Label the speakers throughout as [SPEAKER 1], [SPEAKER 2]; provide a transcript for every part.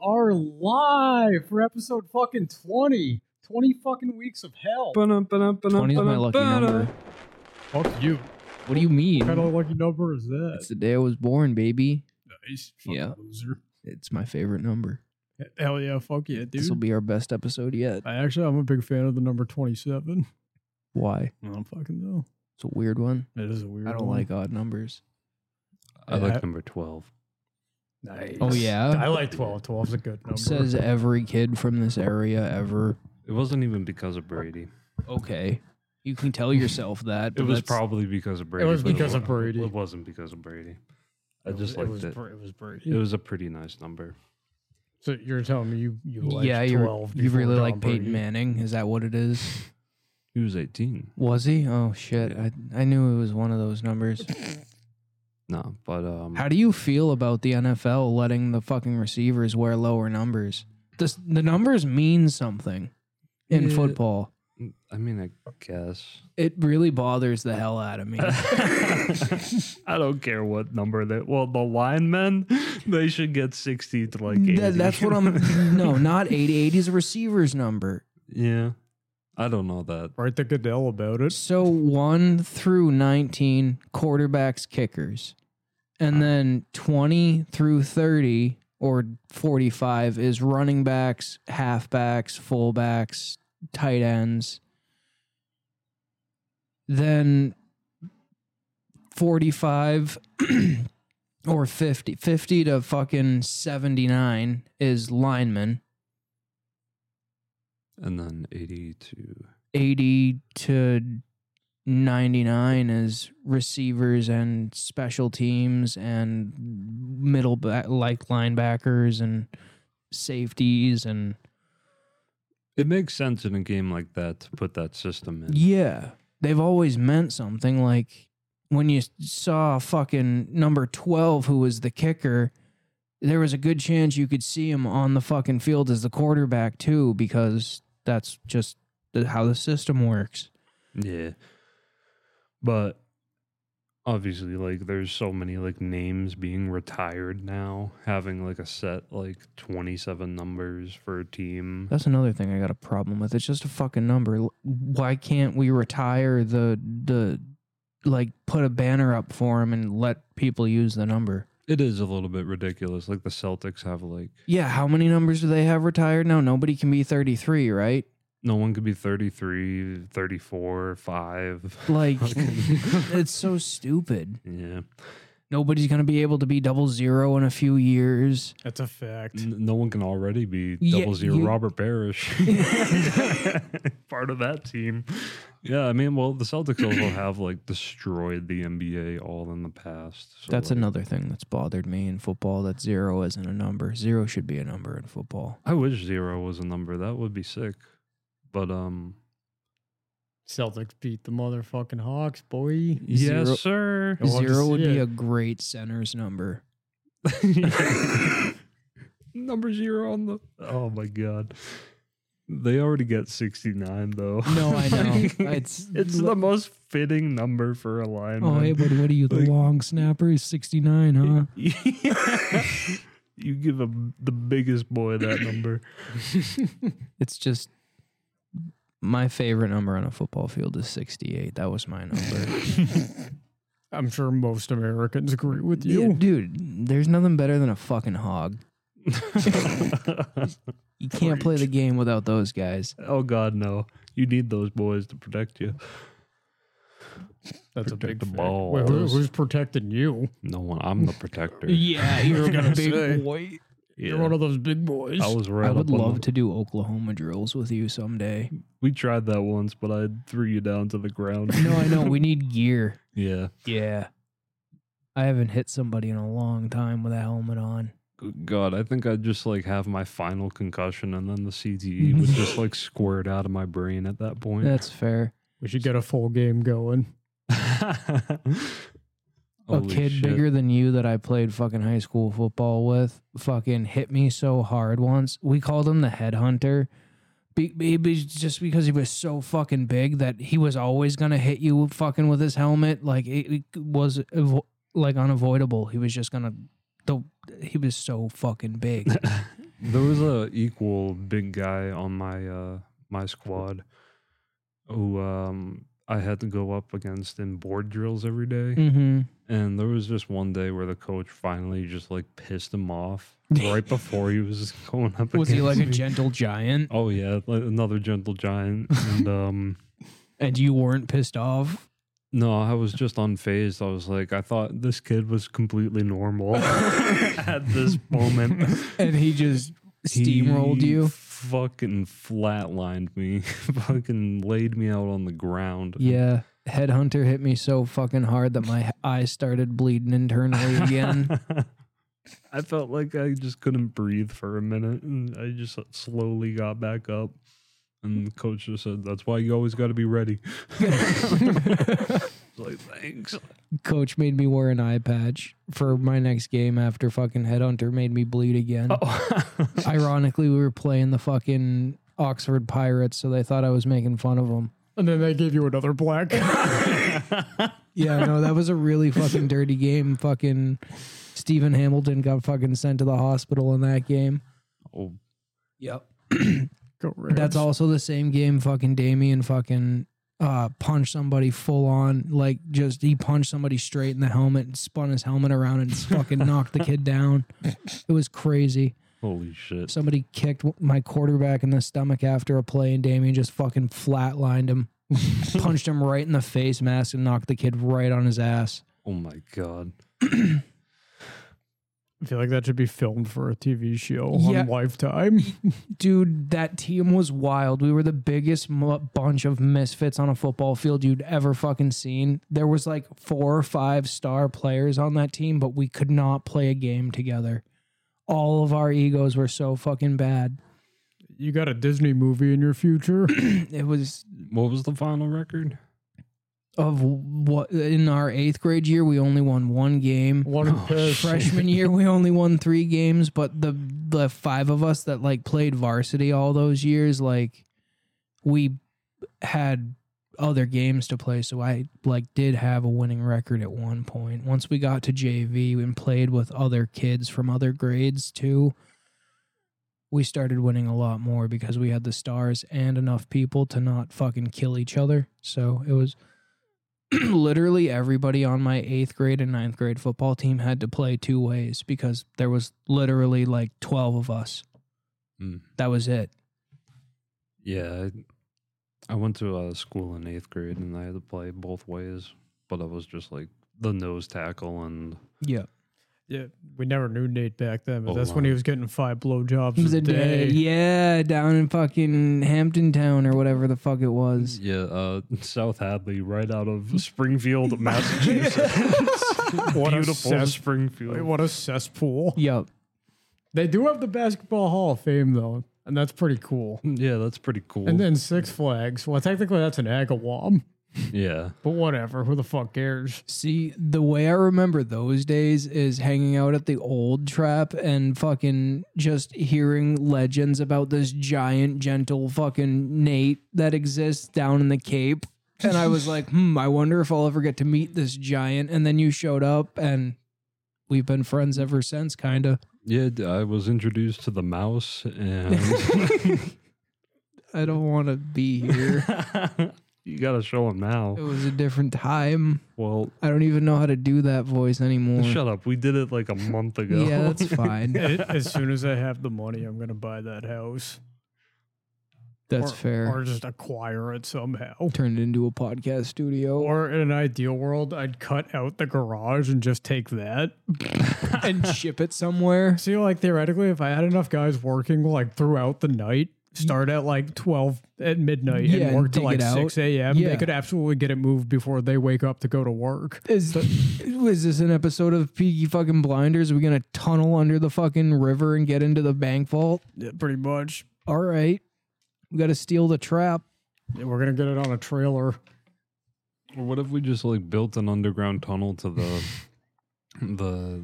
[SPEAKER 1] are live for episode fucking 20. 20 fucking weeks of hell.
[SPEAKER 2] 20
[SPEAKER 3] 20
[SPEAKER 2] is my lucky number.
[SPEAKER 1] Fuck you.
[SPEAKER 2] What do you mean?
[SPEAKER 1] What kind of lucky number is that?
[SPEAKER 2] It's the day I was born, baby.
[SPEAKER 1] nice. Fucking
[SPEAKER 2] Yeah.
[SPEAKER 1] loser.
[SPEAKER 2] It's my favorite number.
[SPEAKER 1] Hell yeah, fuck yeah, dude.
[SPEAKER 2] This will be our best episode yet.
[SPEAKER 1] I actually, I'm a big fan of the number 27.
[SPEAKER 2] Why?
[SPEAKER 1] I don't fucking know.
[SPEAKER 2] It's a weird one.
[SPEAKER 1] It is a weird
[SPEAKER 2] I don't
[SPEAKER 1] one.
[SPEAKER 2] like odd numbers.
[SPEAKER 3] I
[SPEAKER 1] Yeah.
[SPEAKER 3] like number 12.
[SPEAKER 1] Nice.
[SPEAKER 2] Oh, yeah?
[SPEAKER 1] I like 12. 12's a good number.
[SPEAKER 2] Says every kid from this area ever.
[SPEAKER 3] It wasn't even because of Brady.
[SPEAKER 2] Okay. You can tell yourself that.
[SPEAKER 3] It
[SPEAKER 2] but
[SPEAKER 3] was
[SPEAKER 2] that's-
[SPEAKER 3] probably because of Brady.
[SPEAKER 1] was
[SPEAKER 3] but
[SPEAKER 1] because
[SPEAKER 3] wa-
[SPEAKER 1] of Brady.
[SPEAKER 3] It wasn't because of Brady. I
[SPEAKER 1] It was-
[SPEAKER 3] just
[SPEAKER 1] it
[SPEAKER 3] liked
[SPEAKER 1] was,
[SPEAKER 3] it.
[SPEAKER 1] Bra- It was Brady.
[SPEAKER 3] It was a pretty nice number.
[SPEAKER 1] so you're telling me you, you like
[SPEAKER 2] yeah, you're-
[SPEAKER 1] 12
[SPEAKER 2] you really
[SPEAKER 1] before
[SPEAKER 2] like
[SPEAKER 1] Tom
[SPEAKER 2] Peyton
[SPEAKER 1] Brady?
[SPEAKER 2] Manning. Is that what it is?
[SPEAKER 3] He was 18.
[SPEAKER 2] Was he? Oh, shit. I, I knew it was one of those numbers.
[SPEAKER 3] No, but um,
[SPEAKER 2] How do you feel about the NFL letting the fucking receivers wear lower numbers? The the numbers mean something in
[SPEAKER 3] Yeah.
[SPEAKER 2] football.
[SPEAKER 3] I mean, I guess.
[SPEAKER 2] It really bothers the hell out of me.
[SPEAKER 3] I don't care what number they. Well, the linemen, they should get 60 to like 80.
[SPEAKER 2] Th- that's what I'm. No, not 80. 80 is a receiver's number.
[SPEAKER 3] yeah. I don't know that.
[SPEAKER 1] Write the Goodell about it.
[SPEAKER 2] So one through 19 quarterbacks, kickers, and then 20 through 30 or 45 is running backs, halfbacks, fullbacks, tight ends. Then 45 or 50, 50 to fucking 79 is linemen.
[SPEAKER 3] And then 82.
[SPEAKER 2] 80 to 99 is receivers and special teams and middle back, like linebackers and safeties and
[SPEAKER 3] It makes sense in a game like that to put that system in.
[SPEAKER 2] yeah they've always meant something like when you saw fucking number 12 who was the kicker there was a good chance you could see him on the fucking field as the quarterback too because that's just the- how the system works
[SPEAKER 3] Yeah. But obviously like there's so many like names being retired now, having like a set like 27 numbers for a team.
[SPEAKER 2] That's another thing I got a problem with. It's just a fucking number. L- Why can't we retire the the like put a banner up for him and let people use the number?
[SPEAKER 3] It is a little bit ridiculous like the Celtics have like
[SPEAKER 2] Yeah, how many numbers do they have retired now? Nobody can be 33, right?
[SPEAKER 3] no one could be 33, 34, 5.
[SPEAKER 2] Like
[SPEAKER 3] Fucking-
[SPEAKER 2] it's so stupid.
[SPEAKER 3] yeah.
[SPEAKER 2] Nobody's going to be able to be double zero in a few years.
[SPEAKER 1] That's a fact.
[SPEAKER 3] N- No one can already be
[SPEAKER 2] Yeah,
[SPEAKER 3] double zero
[SPEAKER 2] you-
[SPEAKER 3] Robert Parrish. Part of that team. Yeah, I mean, well, the Celtics also have like destroyed the NBA all in the past. So,
[SPEAKER 2] That's
[SPEAKER 3] like,
[SPEAKER 2] another thing that's bothered me in football that zero isn't a number. Zero should be a number in football.
[SPEAKER 3] I wish zero was a number. That would be sick. But um,
[SPEAKER 1] Celtics beat the motherfucking Hawks, boy.
[SPEAKER 3] yes,
[SPEAKER 2] Zero-
[SPEAKER 3] sir.
[SPEAKER 1] I want to
[SPEAKER 2] Zero would
[SPEAKER 1] see
[SPEAKER 2] be
[SPEAKER 1] it.
[SPEAKER 2] a great center's number.
[SPEAKER 3] number zero on the. Oh my god, they already get sixty nine though.
[SPEAKER 2] No, I know.
[SPEAKER 3] it's
[SPEAKER 2] It's-
[SPEAKER 3] it's the most fitting number for a lineman.
[SPEAKER 2] Oh, hey, but what are you, the
[SPEAKER 3] Like-
[SPEAKER 2] long snapper? He's 69, huh?
[SPEAKER 3] you give him the biggest boy that number.
[SPEAKER 2] It's just my favorite number on a football field is 68. That was my number.
[SPEAKER 1] I'm sure most Americans agree with
[SPEAKER 2] Yeah,
[SPEAKER 1] you.
[SPEAKER 2] dude, there's nothing better than a fucking hog. You can't play the game without those guys.
[SPEAKER 3] oh God, no! You need those boys to protect you.
[SPEAKER 1] That's
[SPEAKER 3] Protect the
[SPEAKER 1] fact.
[SPEAKER 3] ball.
[SPEAKER 1] Wait, who- who's protecting you?
[SPEAKER 3] No one. I'm the protector.
[SPEAKER 2] Yeah, you're
[SPEAKER 1] gonna big
[SPEAKER 2] boy.
[SPEAKER 1] You're one of those big boys.
[SPEAKER 3] I was right.
[SPEAKER 2] I would
[SPEAKER 3] up on
[SPEAKER 2] love
[SPEAKER 3] the-
[SPEAKER 2] to do Oklahoma drills with you someday.
[SPEAKER 3] We tried that once, but I threw you down to the ground.
[SPEAKER 2] No, I know. We need gear.
[SPEAKER 3] yeah.
[SPEAKER 2] Yeah. I haven't hit somebody in a long time with a helmet on.
[SPEAKER 3] Good God, I think I'd just like have my final concussion, and then the CTE would just like squirt out of my brain at that point.
[SPEAKER 2] That's fair.
[SPEAKER 1] we should get a full game going.
[SPEAKER 2] a
[SPEAKER 3] Holy
[SPEAKER 2] kid
[SPEAKER 3] shit.
[SPEAKER 2] bigger than you that I played fucking high school football with fucking hit me so hard once. We called him the headhunter. Be, be, be- just because he was so fucking big that he was always gonna hit you fucking with his helmet. Like it, it was avo- like unavoidable. He was just gonna. The, he was so fucking big.
[SPEAKER 3] There was a equal big guy on my uh my squad who um I had to go up against in board drills every day.
[SPEAKER 2] Mm-hmm.
[SPEAKER 3] And there was just one day where the coach finally just like pissed him off right before he was going up.
[SPEAKER 2] Was he
[SPEAKER 3] against
[SPEAKER 2] like a
[SPEAKER 3] me.
[SPEAKER 2] gentle giant?
[SPEAKER 3] Oh yeah, like another gentle giant. And um
[SPEAKER 2] And you weren't pissed off?
[SPEAKER 3] no, I was just unfazed. I was like, I thought this kid was completely normal at this moment.
[SPEAKER 2] And he just steamrolled
[SPEAKER 3] He
[SPEAKER 2] you?
[SPEAKER 3] Fucking flatlined me. fucking laid me out on the ground.
[SPEAKER 2] Yeah. Headhunter hit me so fucking hard that my eyes started bleeding internally again.
[SPEAKER 3] I felt like I just couldn't breathe for a minute and I just slowly got back up. And the coach just said, That's why you always got to be ready. like, thanks.
[SPEAKER 2] Coach made me wear an eye patch for my next game after fucking Headhunter made me bleed again.
[SPEAKER 3] Oh.
[SPEAKER 2] Ironically, we were playing the fucking Oxford Pirates, so they thought I was making fun of them.
[SPEAKER 1] And then they gave you another black.
[SPEAKER 2] Yeah, no, that was a really fucking dirty game. Fucking Stephen Hamilton got fucking sent to the hospital in that game.
[SPEAKER 3] Oh,
[SPEAKER 2] Yep.
[SPEAKER 1] Go Rams.
[SPEAKER 2] That's also the same game fucking Damien fucking uh punched somebody full on, like just he punched somebody straight in the helmet and spun his helmet around and fucking knocked the kid down. It was crazy.
[SPEAKER 3] holy shit.
[SPEAKER 2] Somebody kicked my quarterback in the stomach after a play and Damien just fucking flatlined him. punched him right in the face mask and knocked the kid right on his ass.
[SPEAKER 3] Oh my God.
[SPEAKER 1] I feel like that should be filmed for a TV show
[SPEAKER 2] Yeah.
[SPEAKER 1] on Lifetime.
[SPEAKER 2] Dude, that team was wild. We were the biggest mu- bunch of misfits on a football field you'd ever fucking seen. There was like four or five star players on that team, but we could not play a game together. All of our egos were so fucking bad.
[SPEAKER 1] You got a Disney movie in your future?
[SPEAKER 2] It was
[SPEAKER 3] What was the final record?
[SPEAKER 2] of what in our eighth grade year, we only won one game.
[SPEAKER 1] One
[SPEAKER 3] Oh,
[SPEAKER 1] piss.
[SPEAKER 2] freshman year we only won three games but the the five of us that like played varsity all those years like we had other games to play so i like did have a winning record at one point once we got to jv and played with other kids from other grades too we started winning a lot more because we had the stars and enough people to not fucking kill each other so it was literally everybody on my eighth grade and ninth grade football team had to play two ways because there was literally like 12 of us.
[SPEAKER 3] Mm.
[SPEAKER 2] That was it.
[SPEAKER 3] Yeah, I, I went to uh, school in eighth grade and I had to play both ways, but I was just like the nose tackle and
[SPEAKER 2] Yeah.
[SPEAKER 1] Yeah, we never knew Nate back then, but
[SPEAKER 3] Oh,
[SPEAKER 1] that's when he
[SPEAKER 3] wow.
[SPEAKER 1] was getting five blowjobs a, day.
[SPEAKER 2] Yeah, down in fucking Hampton Town or whatever the fuck it was.
[SPEAKER 3] yeah, uh, South Hadley, right out of Springfield, Massachusetts.
[SPEAKER 1] What a
[SPEAKER 3] Beautiful
[SPEAKER 1] cess-
[SPEAKER 3] Springfield.
[SPEAKER 1] What a cesspool.
[SPEAKER 2] Yep.
[SPEAKER 1] They do have the Basketball Hall of Fame, though, and that's pretty cool.
[SPEAKER 3] Yeah, that's pretty cool.
[SPEAKER 1] And then Six Flags. Well, technically, that's an Agawam,
[SPEAKER 3] yeah,
[SPEAKER 1] but whatever. Who the fuck cares?
[SPEAKER 2] See, the way I remember those days is hanging out at the old trap and fucking just hearing legends about this giant, gentle fucking Nate that exists down in the Cape. And I was like, hmm, I wonder if I'll ever get to meet this giant. And then you showed up and we've been friends ever since, kind of.
[SPEAKER 3] yeah, d- I was introduced to the mouse and.
[SPEAKER 2] I don't want to be here.
[SPEAKER 3] You gotta show him now.
[SPEAKER 2] It was a different time.
[SPEAKER 3] Well,
[SPEAKER 2] I don't even know how to do that voice anymore.
[SPEAKER 3] shut up. We did it like a month ago.
[SPEAKER 2] yeah, that's fine.
[SPEAKER 1] A- as soon as I have the money, I'm going to buy that house.
[SPEAKER 2] That's
[SPEAKER 1] or,
[SPEAKER 2] fair.
[SPEAKER 1] Or just acquire it somehow.
[SPEAKER 2] Turned into a podcast studio.
[SPEAKER 1] Or in an ideal world, I'd cut out the garage and just take that.
[SPEAKER 2] and ship it somewhere.
[SPEAKER 1] See, like theoretically, if I had enough guys working like throughout the night, start at like twelve at midnight
[SPEAKER 2] Yeah, and
[SPEAKER 1] and work till like
[SPEAKER 2] dig it out.
[SPEAKER 1] six a.m.,
[SPEAKER 2] Yeah.
[SPEAKER 1] they could absolutely get it moved before they wake up to go to work.
[SPEAKER 2] Is was this an episode of Peaky Fucking Blinders? Are we gonna tunnel under the fucking river and get into the bank vault?
[SPEAKER 1] Yeah, pretty much.
[SPEAKER 2] All right, we gotta steal the trap.
[SPEAKER 1] Yeah, We're gonna get it on a trailer.
[SPEAKER 3] Or what if we just like built an underground tunnel to the the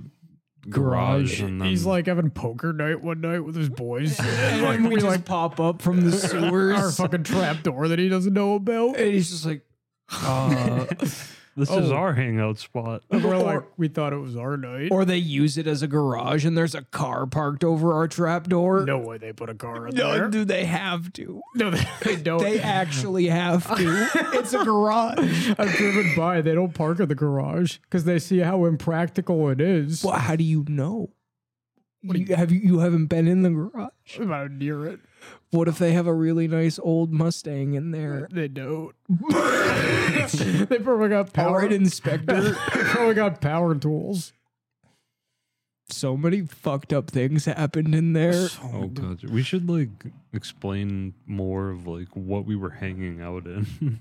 [SPEAKER 2] Garage.
[SPEAKER 3] garage? And then
[SPEAKER 1] He's like having poker night one night with his boys. and like,
[SPEAKER 2] we
[SPEAKER 1] we
[SPEAKER 2] just
[SPEAKER 1] like
[SPEAKER 2] pop up from the
[SPEAKER 1] our
[SPEAKER 2] sewers,
[SPEAKER 1] fucking trap door that he doesn't know about.
[SPEAKER 2] and he's just like, uh,
[SPEAKER 3] This is
[SPEAKER 1] Oh.
[SPEAKER 3] our hangout spot.
[SPEAKER 1] And we're
[SPEAKER 2] Or-
[SPEAKER 1] like, we thought it was our night.
[SPEAKER 2] Or they use it as a garage and there's a car parked over our trapdoor.
[SPEAKER 1] no way they put a car in
[SPEAKER 2] No,
[SPEAKER 1] there.
[SPEAKER 2] do they have to?
[SPEAKER 1] No, they don't.
[SPEAKER 2] They actually have to. it's a garage.
[SPEAKER 1] I've driven by. They don't park in the garage because they see how impractical it is.
[SPEAKER 2] Well, how do you know?
[SPEAKER 1] What do
[SPEAKER 2] You, have you, you haven't been in the garage?
[SPEAKER 1] I'm out near it.
[SPEAKER 2] What if they have a really nice old Mustang in there?
[SPEAKER 1] They don't. they probably got power.
[SPEAKER 2] Powered inspector.
[SPEAKER 1] they probably got power tools.
[SPEAKER 2] so many fucked up things happened in there.
[SPEAKER 3] Oh god, we should like explain more of like what we were hanging out in.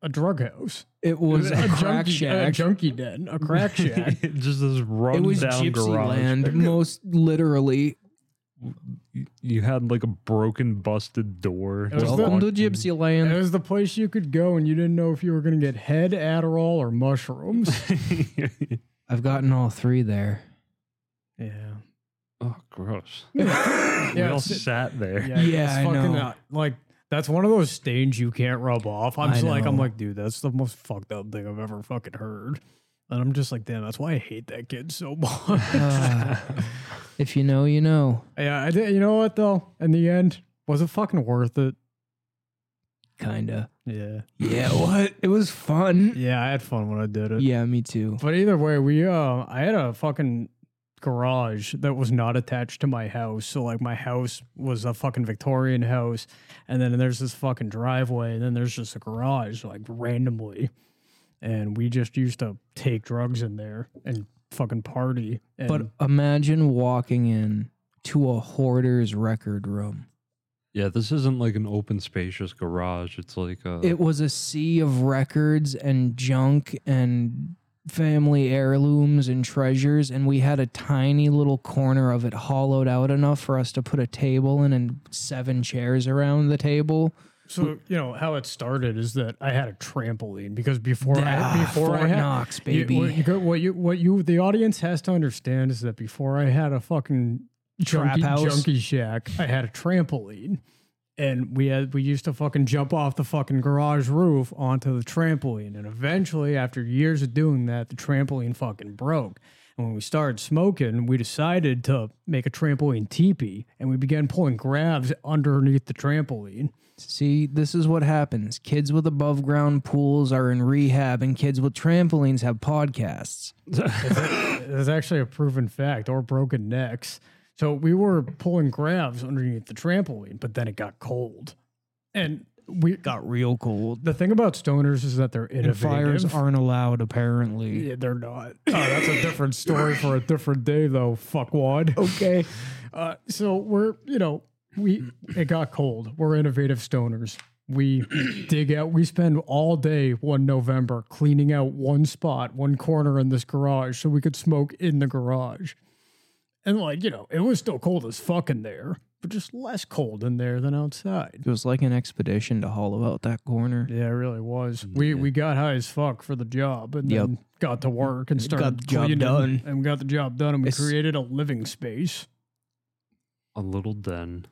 [SPEAKER 1] A drug house.
[SPEAKER 2] It was a, crack
[SPEAKER 1] junkie, A
[SPEAKER 2] shack.
[SPEAKER 1] junkie den. A crack shack.
[SPEAKER 3] Just this
[SPEAKER 2] it
[SPEAKER 3] run
[SPEAKER 2] was
[SPEAKER 3] down
[SPEAKER 2] Gypsy
[SPEAKER 3] garage.
[SPEAKER 2] Land, most literally.
[SPEAKER 3] You- You had like a broken, busted door.
[SPEAKER 1] was
[SPEAKER 3] that
[SPEAKER 2] Welcome to
[SPEAKER 3] locked-
[SPEAKER 2] Gypsy
[SPEAKER 1] It
[SPEAKER 2] Land.
[SPEAKER 1] was the place you could go and you didn't know if you were going to get head, Adderall, or mushrooms.
[SPEAKER 2] I've gotten all three there.
[SPEAKER 1] Yeah.
[SPEAKER 3] oh, gross.
[SPEAKER 1] yeah,
[SPEAKER 3] we all
[SPEAKER 1] it's-
[SPEAKER 3] sat there.
[SPEAKER 1] yeah,
[SPEAKER 2] Yeah,
[SPEAKER 1] it's
[SPEAKER 2] I
[SPEAKER 1] fucking,
[SPEAKER 2] know.
[SPEAKER 1] uh, like, that's one of those stains you can't rub off. I'm
[SPEAKER 2] I
[SPEAKER 1] just like, I'm
[SPEAKER 2] know.
[SPEAKER 1] like, dude, that's the most fucked up thing I've ever fucking heard. And I'm just like, damn, that's why I hate that kid so much.
[SPEAKER 2] Uh, if you know, you know.
[SPEAKER 1] yeah, I did, you know what, though? In the end, was it fucking worth it?
[SPEAKER 2] Kinda.
[SPEAKER 1] Yeah.
[SPEAKER 2] Yeah, what? It was fun.
[SPEAKER 1] Yeah, I had fun when I did it.
[SPEAKER 2] Yeah, me too.
[SPEAKER 1] But either way, we uh, I had a fucking garage that was not attached to my house. So like my house was a fucking Victorian house, and then there's this fucking driveway, and then there's just a garage like randomly, and we just used to take drugs in there and fucking party. And
[SPEAKER 2] But imagine walking in to a hoarder's record room.
[SPEAKER 3] Yeah, this isn't like an open, spacious garage. It's like a.
[SPEAKER 2] It was a sea of records and junk and family heirlooms and treasures, and we had a tiny little corner of it hollowed out enough for us to put a table in and seven chairs around the table.
[SPEAKER 1] so you know how it started is that I had a trampoline because before I,
[SPEAKER 2] Ah,
[SPEAKER 1] before
[SPEAKER 2] Fort
[SPEAKER 1] I had
[SPEAKER 2] Knox,
[SPEAKER 1] You-
[SPEAKER 2] baby.
[SPEAKER 1] what, you, go- what you what you the audience has to understand is that before I had a fucking
[SPEAKER 2] Trap
[SPEAKER 1] junkie,
[SPEAKER 2] house?
[SPEAKER 1] junkie shack, I had a trampoline, and we had we used to fucking jump off the fucking garage roof onto the trampoline, and eventually, after years of doing that, the trampoline fucking broke. And when we started smoking, we decided to make a trampoline teepee, and we began pulling grabs underneath the trampoline.
[SPEAKER 2] See, this is what happens. Kids with above ground pools are in rehab, and kids with trampolines have podcasts.
[SPEAKER 1] That's actually a proven fact, or broken necks. So we were pulling grabs underneath the trampoline, but then it got cold. And we got
[SPEAKER 2] Real cold.
[SPEAKER 1] the thing about stoners is that they're
[SPEAKER 2] And
[SPEAKER 1] innovative.
[SPEAKER 2] fires aren't allowed, apparently.
[SPEAKER 1] yeah, they're not. Oh, that's a different story for a different day, though. Fuckwad. Okay. Uh, so we're you know we it got cold. We're innovative stoners. We dig out. We spend all day one November cleaning out one spot, one corner in this garage, so we could smoke in the garage. And like you know, it was still cold as fuck in there, but just less cold in there than outside.
[SPEAKER 2] It was like an expedition to hollow out that corner.
[SPEAKER 1] Yeah, it really was.
[SPEAKER 2] Mm,
[SPEAKER 1] We we got high as fuck for the job and
[SPEAKER 2] Yep.
[SPEAKER 1] then got to work and started
[SPEAKER 2] the job
[SPEAKER 1] cleaning
[SPEAKER 2] done.
[SPEAKER 1] and got the job done and we
[SPEAKER 2] It's-
[SPEAKER 1] created a living space.
[SPEAKER 3] a little den.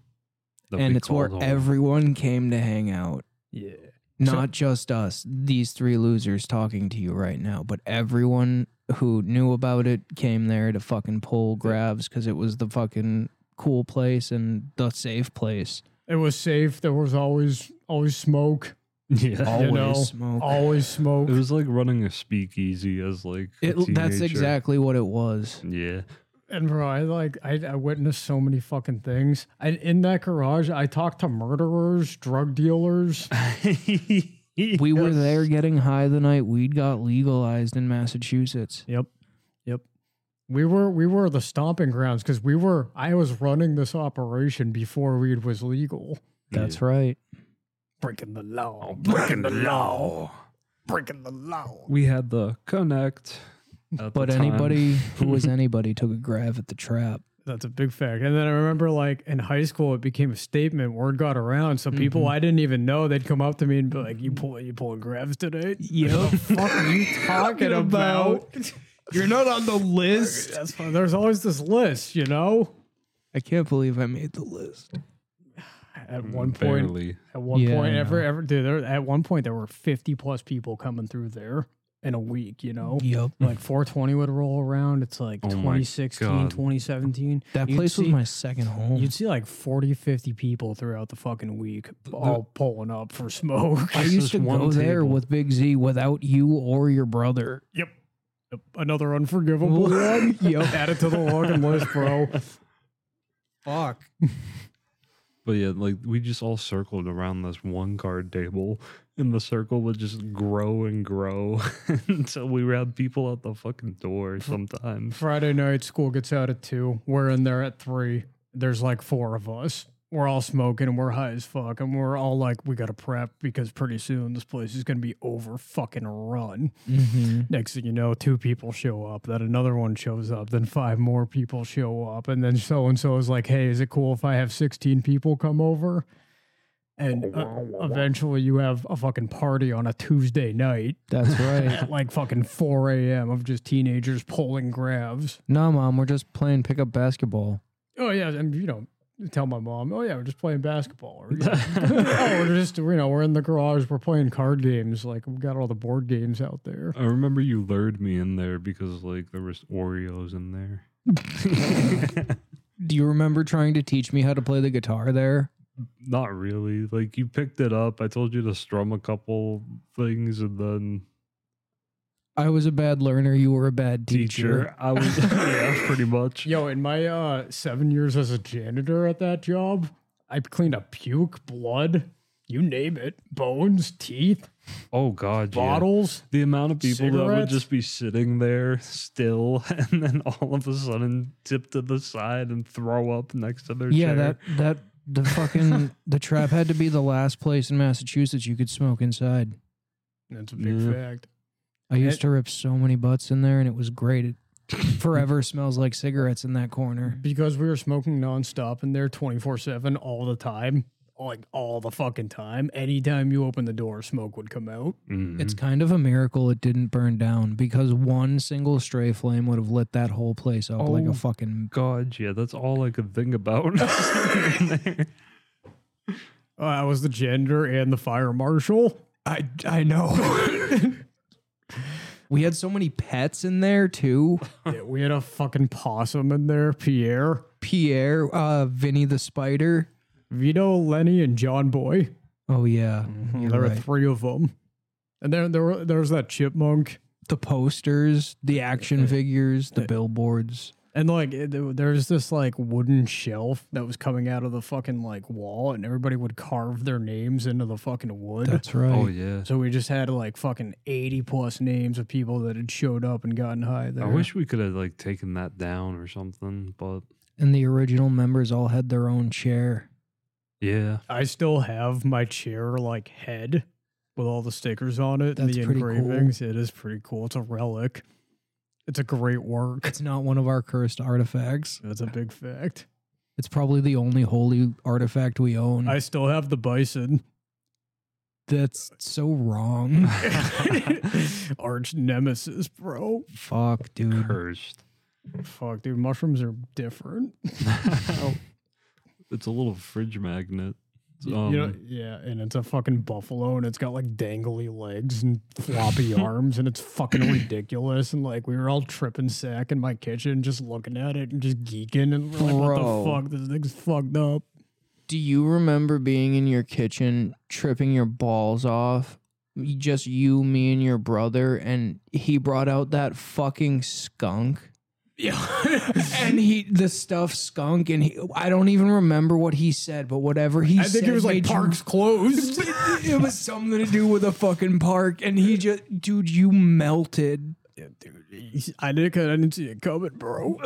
[SPEAKER 3] that
[SPEAKER 2] and
[SPEAKER 3] we
[SPEAKER 2] it's where
[SPEAKER 3] called home.
[SPEAKER 2] everyone came to hang out.
[SPEAKER 1] Yeah.
[SPEAKER 2] Not just us, these three losers talking to you right now, but everyone who knew about it came there to fucking pull grabs because it was the fucking cool place and the safe place.
[SPEAKER 1] It was safe. There was always always smoke.
[SPEAKER 3] Yeah.
[SPEAKER 2] Always
[SPEAKER 1] you know,
[SPEAKER 2] smoke.
[SPEAKER 1] Always
[SPEAKER 3] It
[SPEAKER 1] smoke.
[SPEAKER 3] was like running a speakeasy as like. a
[SPEAKER 2] It, that's
[SPEAKER 3] teenager.
[SPEAKER 2] exactly what it was.
[SPEAKER 3] Yeah.
[SPEAKER 1] and bro, I like I, I witnessed so many fucking things. And in that garage, I talked to murderers, drug dealers.
[SPEAKER 2] We were there getting high the night weed got legalized in Massachusetts.
[SPEAKER 1] Yep. Yep. We were we were the stomping grounds because we were I was running this operation before weed was legal.
[SPEAKER 2] That's right.
[SPEAKER 1] Breaking the law.
[SPEAKER 3] Oh, breaking the law.
[SPEAKER 1] breaking the law.
[SPEAKER 3] We had the connect. at
[SPEAKER 2] But
[SPEAKER 3] the time.
[SPEAKER 2] anybody who was anybody took a grab at the trap.
[SPEAKER 1] That's a big fact. And then I remember, like in high school, it became a statement. Word got around, so people
[SPEAKER 3] Mm-hmm.
[SPEAKER 1] I didn't even know they'd come up to me and be like, "You pull, you pulling grabs today?
[SPEAKER 2] Yep.
[SPEAKER 1] the fuck are you talking about?
[SPEAKER 2] You're not on the list.
[SPEAKER 1] That's fun. There's always this list, you know.
[SPEAKER 2] I can't believe I made the list.
[SPEAKER 1] At one point,
[SPEAKER 3] Barely.
[SPEAKER 1] at one
[SPEAKER 2] Yeah, I
[SPEAKER 1] point,
[SPEAKER 2] know.
[SPEAKER 1] ever, ever, dude. There, at one point, there were 50 plus people coming through there, in a week, you know?
[SPEAKER 2] Yep.
[SPEAKER 1] Like 420 would roll around. It's like
[SPEAKER 3] Oh my
[SPEAKER 1] 2016,
[SPEAKER 3] God.
[SPEAKER 1] 2017.
[SPEAKER 2] That
[SPEAKER 1] You'd
[SPEAKER 2] place was
[SPEAKER 1] see-
[SPEAKER 2] my second home.
[SPEAKER 1] You'd see like 40, 50 people throughout the fucking week all pulling up for smoke.
[SPEAKER 2] I
[SPEAKER 3] This
[SPEAKER 2] used
[SPEAKER 3] is
[SPEAKER 2] to
[SPEAKER 3] one
[SPEAKER 2] go there
[SPEAKER 3] table.
[SPEAKER 2] with Big Z without you or your brother.
[SPEAKER 1] Yep. Yep. Another unforgivable one. Yep. Add it to the login list, bro.
[SPEAKER 2] Fuck.
[SPEAKER 3] But yeah, like we just all circled around this one card table, and the circle would just grow and grow until we had people at the fucking door sometimes.
[SPEAKER 1] Friday night, school gets out at two. We're in there at three. There's like four of us. We're all smoking and we're high as fuck. And we're all like, we gotta prep because pretty soon this place is gonna be over fucking run. Next thing you know, two people show up, then another one shows up, then five more people show up, and then so and so is like, "Hey, is it cool if I have sixteen people come over?" And uh, eventually, you have a fucking party on a Tuesday night
[SPEAKER 2] That's right.
[SPEAKER 1] at like fucking four a.m. of just teenagers pulling grabs.
[SPEAKER 2] no, mom, we're just playing pickup basketball.
[SPEAKER 1] Oh yeah, and you know, tell my mom, "Oh yeah, we're just playing basketball," or you know, "Oh, we're just you know, we're in the garage, we're playing card games. Like we've got all the board games out there."
[SPEAKER 3] I remember you lured me in there because like there was Oreos in there.
[SPEAKER 2] Do you remember trying to teach me how to play the guitar there?
[SPEAKER 3] Not really. Like you picked it up. I told you to strum a couple things, and then
[SPEAKER 2] I was a bad learner. You were a bad teacher.
[SPEAKER 3] teacher, I was yeah, pretty much.
[SPEAKER 1] Yo, in my uh, seven years as a janitor at that job, I cleaned up puke, blood, you name it, bones, teeth,
[SPEAKER 3] Oh god, yeah.
[SPEAKER 1] bottles.
[SPEAKER 3] The amount of people that would
[SPEAKER 1] Cigarettes?
[SPEAKER 3] just be sitting there still and then all of a sudden tip to the side and throw up next to their
[SPEAKER 2] Yeah,
[SPEAKER 3] chair.
[SPEAKER 2] that that the fucking the trap had to be the last place in Massachusetts you could smoke inside.
[SPEAKER 1] That's a big
[SPEAKER 3] Yeah.
[SPEAKER 1] fact.
[SPEAKER 2] I used to rip so many butts in there, and it was great. It forever smells like cigarettes in that corner.
[SPEAKER 1] Because we were smoking nonstop in there 24 7 all the time, like all the fucking time. Anytime you open the door, smoke would come out.
[SPEAKER 3] Mhm.
[SPEAKER 2] It's kind of a miracle it didn't burn down because one single stray flame would have lit that whole place up like
[SPEAKER 1] Oh.
[SPEAKER 2] a fucking.
[SPEAKER 3] God, yeah, that's all I could think about. Sitting in there.
[SPEAKER 1] Uh, I was the janitor and the fire marshal.
[SPEAKER 2] I I know. we had so many pets in there too.
[SPEAKER 1] Yeah, we had a fucking possum in there, Pierre,
[SPEAKER 2] Pierre, uh, Vinny the spider.
[SPEAKER 1] Vito, Lenny, and John Boy.
[SPEAKER 2] Oh yeah, You're
[SPEAKER 1] there were
[SPEAKER 2] right.
[SPEAKER 1] three of them, and then there were, there was that chipmunk,
[SPEAKER 2] the posters, the action figures, the billboards.
[SPEAKER 1] and like it, there was this like wooden shelf that was coming out of the fucking like wall, and everybody would carve their names into the fucking wood.
[SPEAKER 2] That's right.
[SPEAKER 3] oh yeah.
[SPEAKER 1] so we just had like fucking eighty plus names of people that had showed up and gotten high there.
[SPEAKER 3] I wish we could have like taken that down or something, but
[SPEAKER 2] And the original members all had their own chair.
[SPEAKER 3] yeah.
[SPEAKER 1] I still have my chair like head with all the stickers on it and
[SPEAKER 2] That's
[SPEAKER 1] the
[SPEAKER 2] pretty cool.
[SPEAKER 1] engravings. It is pretty cool. It's a relic. It's a great work.
[SPEAKER 2] It's not one of our cursed artifacts.
[SPEAKER 1] That's a big fact.
[SPEAKER 2] It's probably the only holy artifact we own.
[SPEAKER 1] I still have the bison.
[SPEAKER 2] That's so wrong.
[SPEAKER 1] Arch nemesis, bro.
[SPEAKER 2] Fuck, dude.
[SPEAKER 3] Cursed.
[SPEAKER 1] Fuck, dude. Mushrooms are different.
[SPEAKER 3] It's a little fridge magnet. Um,
[SPEAKER 1] You know, yeah, and it's a fucking buffalo, and it's got like dangly legs and floppy arms, and it's fucking ridiculous. And like, we were all tripping sack in my kitchen, just looking at it and just geeking, and we're like,
[SPEAKER 2] Bro.
[SPEAKER 1] "What the fuck? This thing's fucked up."
[SPEAKER 2] Do you remember being in your kitchen, tripping your balls off? Just you, me, and your brother, and he brought out that fucking skunk.
[SPEAKER 1] Yeah,
[SPEAKER 2] and he the stuff skunk and he, I don't even remember what he said, but whatever he
[SPEAKER 1] I
[SPEAKER 2] said,
[SPEAKER 1] think it was like
[SPEAKER 2] made you-
[SPEAKER 1] parks closed.
[SPEAKER 2] it was something to do with a fucking park, and he just, dude, you melted.
[SPEAKER 1] yeah, dude, I didn't, I didn't see it coming, bro.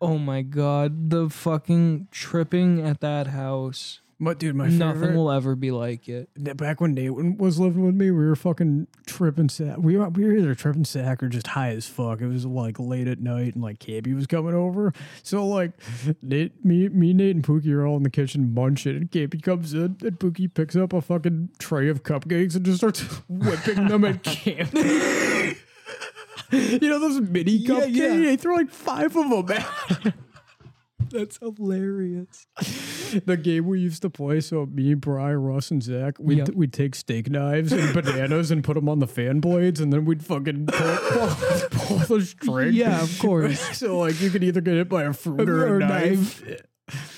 [SPEAKER 2] Oh my god, the fucking tripping at that house.
[SPEAKER 1] But dude, my
[SPEAKER 2] Nothing
[SPEAKER 1] favorite-
[SPEAKER 2] will ever be like it.
[SPEAKER 1] that back when Nate was living with me, we were fucking tripping sack. We were, we were either tripping sack or just high as fuck. It was like late at night, and like Cabby was coming over. So like, Nate, me, me, Nate, and Pookie are all in the kitchen munching, and Cabby comes in, and Pookie picks up a fucking tray of cupcakes and just starts whipping them at Cabby. you know those mini
[SPEAKER 2] Yeah,
[SPEAKER 1] cupcakes?
[SPEAKER 2] yeah.
[SPEAKER 1] They throw like five of them. out.
[SPEAKER 2] That's hilarious.
[SPEAKER 1] the game we used to play. So me, Bry, Russ, and Zach, we'd,
[SPEAKER 2] Yep.
[SPEAKER 1] we'd take steak knives and bananas and put them on the fan blades, and then we'd fucking pull, pull, pull the string.
[SPEAKER 2] Yeah, of course.
[SPEAKER 1] so like you could either get hit by a fruit or,
[SPEAKER 2] Or
[SPEAKER 1] a knife.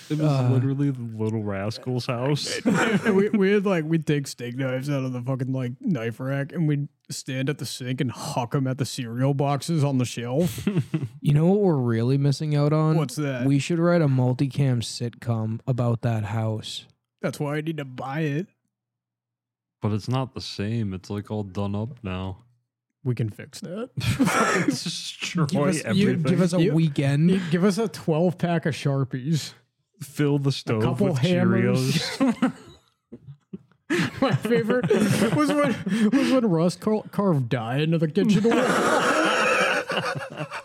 [SPEAKER 3] It was
[SPEAKER 2] Uh,
[SPEAKER 3] literally the little rascal's house.
[SPEAKER 1] And we we had like we'd take steak knives out of the fucking like knife rack, and we'd stand at the sink and huck them at the cereal boxes on the shelf.
[SPEAKER 2] You know what we're really missing out on?
[SPEAKER 1] What's that?
[SPEAKER 2] We should write a multicam sitcom about that house.
[SPEAKER 1] That's why I need to buy it.
[SPEAKER 3] but it's not the same. It's like all done up now.
[SPEAKER 1] We can fix that.
[SPEAKER 3] It's Destroy
[SPEAKER 2] Give us, you-
[SPEAKER 3] everything.
[SPEAKER 2] give us a
[SPEAKER 1] You-
[SPEAKER 2] weekend.
[SPEAKER 1] You Give us a 12 pack of Sharpies.
[SPEAKER 3] Fill the stove
[SPEAKER 1] couple
[SPEAKER 3] with
[SPEAKER 1] hammers.
[SPEAKER 3] Cheerios.
[SPEAKER 1] My favorite was when was when Russ car- carved dye into the kitchen wall.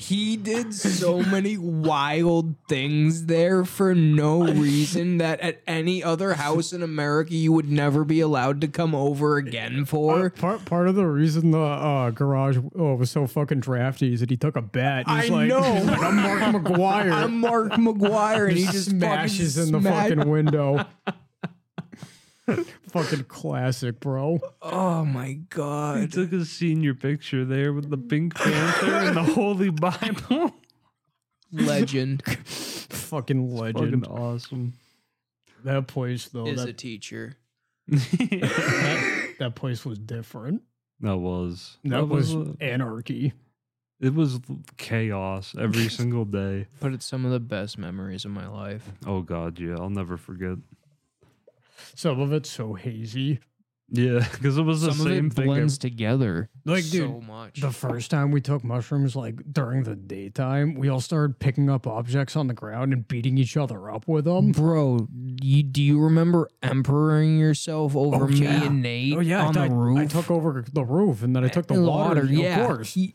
[SPEAKER 2] He did so many wild things there for no reason that at any other house in America you would never be allowed to come over again for.
[SPEAKER 1] Part part of the reason the uh, garage oh, was so fucking drafty is that he took a bat. and He's
[SPEAKER 2] I
[SPEAKER 1] like,
[SPEAKER 2] know.
[SPEAKER 1] he's like, I'm Mark McGuire.
[SPEAKER 2] I'm Mark McGuire, and he
[SPEAKER 1] he
[SPEAKER 2] just
[SPEAKER 1] smashes
[SPEAKER 2] fucking
[SPEAKER 1] in the
[SPEAKER 2] smack-
[SPEAKER 1] fucking window. fucking classic, bro.
[SPEAKER 2] Oh my
[SPEAKER 3] I
[SPEAKER 2] god!
[SPEAKER 3] took a senior picture there with the Pink Panther and the Holy Bible.
[SPEAKER 2] Legend
[SPEAKER 1] Fucking legend.
[SPEAKER 3] Fucking awesome.
[SPEAKER 1] That place though,
[SPEAKER 2] is a
[SPEAKER 1] that,
[SPEAKER 2] teacher.
[SPEAKER 1] that that place was different.
[SPEAKER 3] That was uh,
[SPEAKER 1] That was
[SPEAKER 3] a-
[SPEAKER 1] anarchy.
[SPEAKER 3] it was chaos every single day.
[SPEAKER 2] But it's some of the best memories of my life.
[SPEAKER 3] Oh god, yeah, I'll never forget.
[SPEAKER 1] Some of it's so hazy.
[SPEAKER 3] Yeah, because it was the
[SPEAKER 2] some
[SPEAKER 3] same
[SPEAKER 2] of it
[SPEAKER 3] thing.
[SPEAKER 2] blends together
[SPEAKER 1] Like,
[SPEAKER 2] so
[SPEAKER 1] dude,
[SPEAKER 2] much.
[SPEAKER 1] The first time we took mushrooms, like during the daytime, we all started picking up objects on the ground and beating each other up with them.
[SPEAKER 2] Bro, you, do you remember emperoring yourself over
[SPEAKER 1] Oh,
[SPEAKER 2] me
[SPEAKER 1] yeah.
[SPEAKER 2] and Nate
[SPEAKER 1] Oh yeah,
[SPEAKER 2] on
[SPEAKER 1] I,
[SPEAKER 2] the
[SPEAKER 1] I-
[SPEAKER 2] roof?
[SPEAKER 1] I took over the roof and then I took the
[SPEAKER 2] And
[SPEAKER 1] water.
[SPEAKER 2] yeah.
[SPEAKER 1] of course.
[SPEAKER 2] He-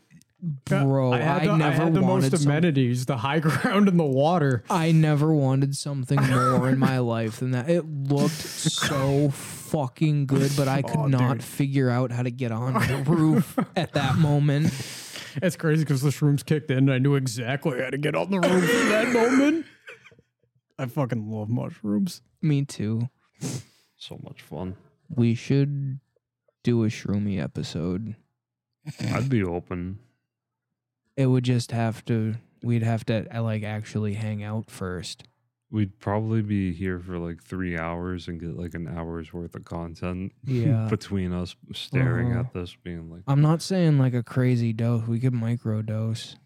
[SPEAKER 2] bro, I,
[SPEAKER 1] had the-
[SPEAKER 2] never
[SPEAKER 1] had the
[SPEAKER 2] wanted
[SPEAKER 1] most
[SPEAKER 2] some-
[SPEAKER 1] amenities, the high ground and the water.
[SPEAKER 2] I never wanted something more in my life than that. It looked so fucking good, but I could
[SPEAKER 1] Oh,
[SPEAKER 2] not
[SPEAKER 1] dude.
[SPEAKER 2] figure out how to get on the roof at that moment.
[SPEAKER 1] It's crazy because the shrooms kicked in and I knew exactly how to get on the roof in that moment. I fucking love mushrooms.
[SPEAKER 2] Me too.
[SPEAKER 3] So much fun.
[SPEAKER 2] We should do a shroomy episode.
[SPEAKER 1] Eh.
[SPEAKER 3] I'd be open.
[SPEAKER 2] It would just have to. We'd have to uh, like actually hang out first.
[SPEAKER 3] We'd probably be here for like three hours and get like an hour's worth of content
[SPEAKER 2] Yeah.
[SPEAKER 3] between us staring
[SPEAKER 2] Uh, Uh-huh.
[SPEAKER 3] at this, being like,
[SPEAKER 2] I'm not saying like a crazy dose. We could micro dose.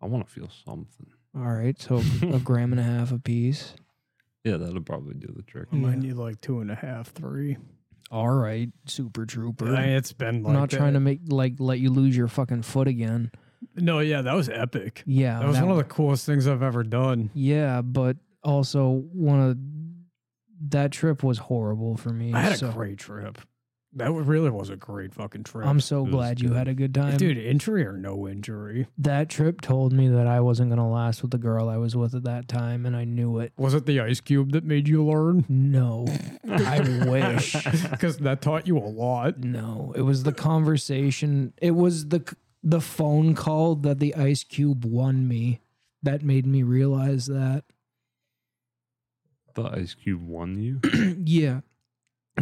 [SPEAKER 3] I want to feel something.
[SPEAKER 2] All right, so a gram and a half a piece.
[SPEAKER 3] Yeah, that'll probably do the trick.
[SPEAKER 1] I
[SPEAKER 2] Yeah.
[SPEAKER 1] might need like two and a half, three.
[SPEAKER 2] All right, super trooper.
[SPEAKER 1] I- it's been like
[SPEAKER 2] I'm not
[SPEAKER 1] that.
[SPEAKER 2] trying to make like let you lose your fucking foot again.
[SPEAKER 1] No, yeah, that was epic.
[SPEAKER 2] Yeah,
[SPEAKER 1] That was one of the coolest things I've ever done.
[SPEAKER 2] Yeah, but also one of that trip was horrible for me.
[SPEAKER 1] I had
[SPEAKER 2] so
[SPEAKER 1] a great trip. That w- really was a great fucking trip.
[SPEAKER 2] I'm so
[SPEAKER 3] It was
[SPEAKER 2] glad you
[SPEAKER 3] good.
[SPEAKER 2] had a good time,
[SPEAKER 1] Dude, injury or no injury?
[SPEAKER 2] That trip told me that I wasn't gonna last with the girl I was with at that time, and I knew it.
[SPEAKER 1] Was it the ice cube that made you learn?
[SPEAKER 2] No, I wish.
[SPEAKER 1] Because that taught you a lot.
[SPEAKER 2] No, it was the conversation. It was the c- the phone call that the Ice Cube won me that made me realize that.
[SPEAKER 3] The Ice Cube won you.
[SPEAKER 2] yeah.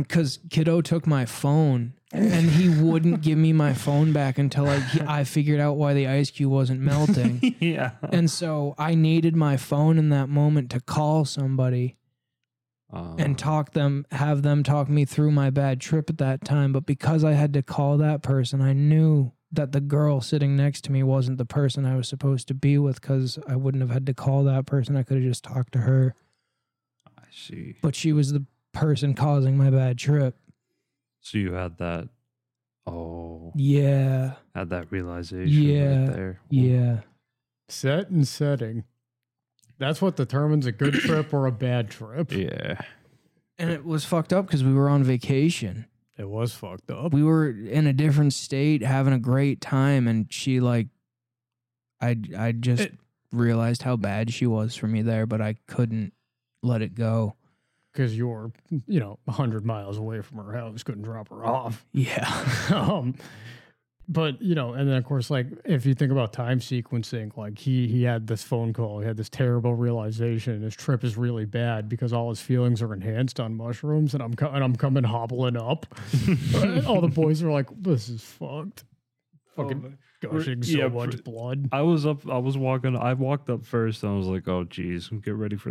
[SPEAKER 2] Cuz kiddo took my phone and he wouldn't give me my phone back until I he- I figured out why the ice cube wasn't melting.
[SPEAKER 3] yeah.
[SPEAKER 2] and so I needed my phone in that moment to call somebody
[SPEAKER 3] Uh,
[SPEAKER 2] and talk them have them talk me through my bad trip at that time but because i had to call that person i knew that the girl sitting next to me wasn't the person i was supposed to be with because i wouldn't have had to call that person i could have just talked to her
[SPEAKER 3] I see.
[SPEAKER 2] but she was the person causing my bad trip
[SPEAKER 3] So you had that. Oh,
[SPEAKER 2] yeah
[SPEAKER 3] had that realization
[SPEAKER 2] Yeah,
[SPEAKER 3] right there.
[SPEAKER 2] yeah
[SPEAKER 1] Set and setting. That's what determines a good trip or a bad trip.
[SPEAKER 3] Yeah.
[SPEAKER 2] and it was fucked up because we were on vacation
[SPEAKER 1] It was fucked up.
[SPEAKER 2] we were in a different state having a great time and she like i i just
[SPEAKER 1] It-
[SPEAKER 2] realized how bad she was for me there but i couldn't let it go
[SPEAKER 1] because you were, you know, 100 miles away from her house, couldn't drop her off.
[SPEAKER 2] yeah
[SPEAKER 1] um, but you know, and then of course, like if you think about time sequencing, like he he had this phone call, he had this terrible realization. His trip is really bad because all his feelings are enhanced on mushrooms, and I'm co- and I'm coming hobbling up. And all the boys are like, "This is fucked."
[SPEAKER 2] Oh,
[SPEAKER 1] Fucking gushing so
[SPEAKER 3] yeah,
[SPEAKER 1] much
[SPEAKER 3] pr-
[SPEAKER 1] blood.
[SPEAKER 3] I was up. I was walking. I walked up first, and I was like, "Oh, geez, get ready for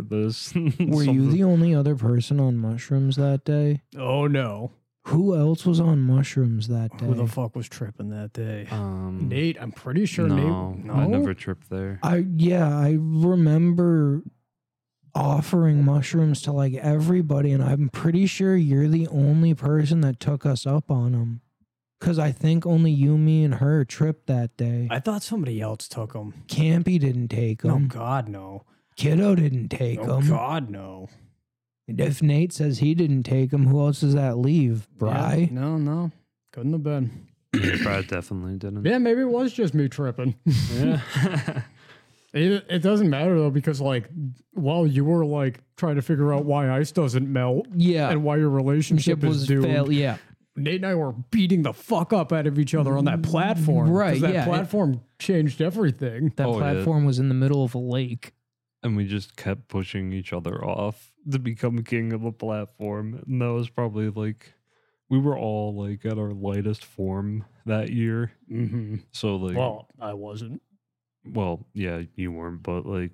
[SPEAKER 3] this."
[SPEAKER 2] Were you
[SPEAKER 3] Something-
[SPEAKER 2] the only other person on mushrooms that day?
[SPEAKER 1] Oh no!
[SPEAKER 2] Who else was on mushrooms that day?
[SPEAKER 1] Who the fuck was tripping that day?
[SPEAKER 3] Um,
[SPEAKER 1] Nate, I'm pretty sure
[SPEAKER 3] no,
[SPEAKER 1] Nate.
[SPEAKER 3] I never tripped there.
[SPEAKER 2] I yeah, I remember offering mushrooms to like everybody, and I'm pretty sure you're the only person that took us up on them. Cause I think only you, me, and her tripped that day.
[SPEAKER 1] I thought somebody else took him.
[SPEAKER 2] Campy didn't take
[SPEAKER 1] Oh
[SPEAKER 2] them.
[SPEAKER 1] God, no!
[SPEAKER 2] Kiddo didn't take
[SPEAKER 1] Oh
[SPEAKER 2] them.
[SPEAKER 1] God, no!
[SPEAKER 2] If Nate says he didn't take them, who else does that leave? Bry?
[SPEAKER 1] No, no, couldn't have been.
[SPEAKER 3] I definitely didn't.
[SPEAKER 1] Yeah, maybe it was just me tripping.
[SPEAKER 3] Yeah.
[SPEAKER 1] It, it doesn't matter though because like while you were like trying to figure out why ice doesn't melt
[SPEAKER 2] Yeah.
[SPEAKER 1] and why your relationship is doomed,
[SPEAKER 2] fail- Yeah.
[SPEAKER 1] Nate and I were beating the fuck up out of each other on that platform. 'cause
[SPEAKER 2] Right,
[SPEAKER 1] That
[SPEAKER 2] yeah, it-
[SPEAKER 1] platform changed everything.
[SPEAKER 2] That
[SPEAKER 3] Oh, yeah.
[SPEAKER 2] platform was in the middle of a lake.
[SPEAKER 3] and we just kept pushing each other off to become king of the platform. And that was probably like we were all like at our lightest form that year.
[SPEAKER 1] Mm-hmm.
[SPEAKER 3] So like, well,
[SPEAKER 1] Well, I wasn't.
[SPEAKER 3] yeah, you weren't, but like,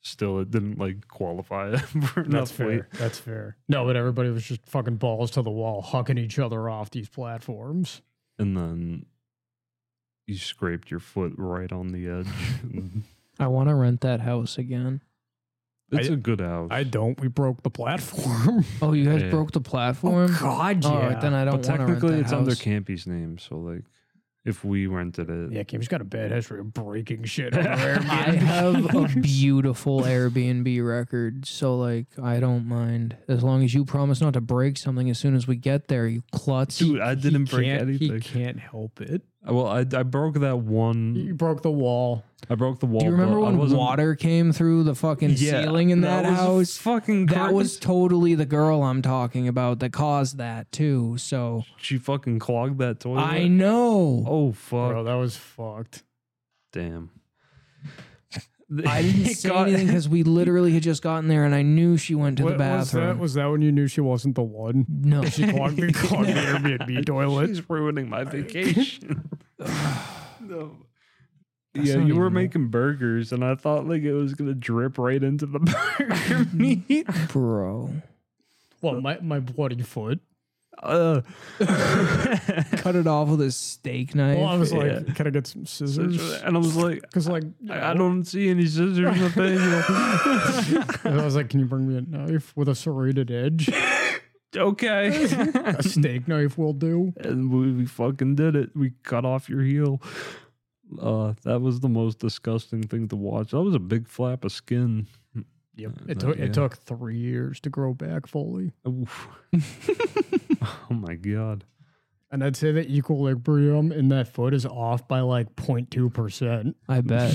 [SPEAKER 3] still, it didn't like qualify for
[SPEAKER 1] That's
[SPEAKER 3] enough
[SPEAKER 1] fair.
[SPEAKER 3] weight.
[SPEAKER 1] That's fair. No, but everybody was just fucking balls to the wall, hucking each other off these platforms.
[SPEAKER 3] And then you scraped your foot right on the edge.
[SPEAKER 2] I want to rent that house again.
[SPEAKER 3] it's
[SPEAKER 1] I-
[SPEAKER 3] a good house.
[SPEAKER 1] I don't. We broke the platform.
[SPEAKER 2] Oh, you guys
[SPEAKER 3] Yeah.
[SPEAKER 2] broke the platform?
[SPEAKER 1] Oh, God,
[SPEAKER 2] Oh, All right, then I don't want
[SPEAKER 3] but
[SPEAKER 2] to rent
[SPEAKER 3] technically,
[SPEAKER 2] that
[SPEAKER 3] it's
[SPEAKER 2] house.
[SPEAKER 3] under Campy's name. So like, if we rented it,
[SPEAKER 1] yeah, Kim's got a bad history of breaking shit. on her Airbnb.
[SPEAKER 2] I have a beautiful Airbnb record, so like I don't mind as long as you promise not to break something as soon as we get there. You klutz.
[SPEAKER 3] dude, I didn't break
[SPEAKER 1] can't-
[SPEAKER 3] anything. Uh,
[SPEAKER 1] He can't help it.
[SPEAKER 3] Well, I, I broke that
[SPEAKER 1] He
[SPEAKER 3] one.
[SPEAKER 1] broke the wall.
[SPEAKER 3] I broke the wall.
[SPEAKER 2] Do you remember
[SPEAKER 3] but I
[SPEAKER 2] when
[SPEAKER 3] wasn't-
[SPEAKER 2] water came through the fucking
[SPEAKER 3] Yeah,
[SPEAKER 2] ceiling in that,
[SPEAKER 3] was
[SPEAKER 2] house?
[SPEAKER 3] Fucking
[SPEAKER 2] That was
[SPEAKER 3] crazy.
[SPEAKER 2] totally the girl I'm talking about that caused that too. So
[SPEAKER 3] she fucking clogged that toilet.
[SPEAKER 2] I know.
[SPEAKER 3] Oh fuck!
[SPEAKER 1] Bro, that was fucked.
[SPEAKER 3] Damn.
[SPEAKER 2] I didn't
[SPEAKER 3] It
[SPEAKER 2] say
[SPEAKER 3] got-
[SPEAKER 2] anything because we literally had just gotten there, and I knew she went to
[SPEAKER 1] What-
[SPEAKER 2] the
[SPEAKER 1] was that
[SPEAKER 2] bathroom.
[SPEAKER 1] was that when you knew she wasn't the one?
[SPEAKER 2] no,
[SPEAKER 1] She clogged the, clogged the Airbnb toilet.
[SPEAKER 3] She's ruining my vacation. no.
[SPEAKER 2] That's
[SPEAKER 3] yeah,
[SPEAKER 2] not
[SPEAKER 3] you were
[SPEAKER 2] even-
[SPEAKER 3] making burgers, and I thought like it was gonna drip right into the burger meat.
[SPEAKER 2] bro.
[SPEAKER 1] Well, my, my bloody foot.
[SPEAKER 3] Uh,
[SPEAKER 2] Cut it off with a steak knife.
[SPEAKER 1] Well, I was like,
[SPEAKER 3] Yeah.
[SPEAKER 1] can I get some scissors?
[SPEAKER 3] and I was like,
[SPEAKER 1] Because like,
[SPEAKER 3] I, I don't see any scissors up in here.
[SPEAKER 1] And I was like, can you bring me a knife with a serrated edge?
[SPEAKER 3] okay.
[SPEAKER 1] a steak knife will do.
[SPEAKER 3] and we, we fucking did it. We cut off your heel. Uh, that was the most disgusting thing to watch. That was a big flap of skin.
[SPEAKER 1] Yep.
[SPEAKER 3] Uh,
[SPEAKER 1] It took
[SPEAKER 3] yeah.
[SPEAKER 1] it took three years to grow back fully,
[SPEAKER 3] Oof. oh my god.
[SPEAKER 1] and I'd say the equilibrium in that foot is off by like 0.2 percent.
[SPEAKER 2] I bet.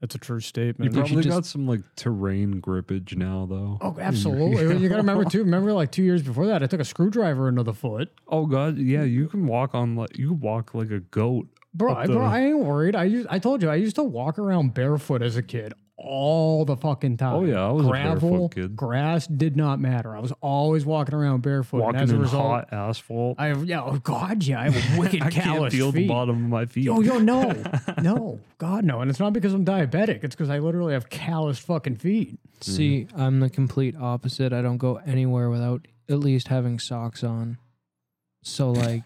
[SPEAKER 1] That's a true
[SPEAKER 3] You
[SPEAKER 1] statement.
[SPEAKER 3] probably
[SPEAKER 2] just-
[SPEAKER 3] got some like terrain grippage now, though.
[SPEAKER 1] Oh, absolutely. you got to remember too. Remember, like two years before that, I took a screwdriver into the foot.
[SPEAKER 3] Oh god, yeah, you can walk on like you can walk like a goat.
[SPEAKER 1] Bro,
[SPEAKER 3] What
[SPEAKER 1] I, bro,
[SPEAKER 3] the-
[SPEAKER 1] I ain't worried. I used, I told you, I used to walk around barefoot as a kid all the fucking time.
[SPEAKER 3] Oh, yeah, I was a barefoot
[SPEAKER 1] gravel,
[SPEAKER 3] kid.
[SPEAKER 1] grass did not matter. I was always walking around barefoot. and
[SPEAKER 3] Walking
[SPEAKER 1] as a
[SPEAKER 3] in
[SPEAKER 1] result,
[SPEAKER 3] hot asphalt.
[SPEAKER 1] I have yeah. Oh god, yeah. I have wicked
[SPEAKER 3] I can't
[SPEAKER 1] callous
[SPEAKER 3] feel the
[SPEAKER 1] feet.
[SPEAKER 3] bottom of my feet.
[SPEAKER 1] Oh yo, no, no, God no. And it's not because I'm diabetic. It's because I literally have calloused fucking feet.
[SPEAKER 2] See, I'm the complete opposite. I don't go anywhere without at least having socks on. So like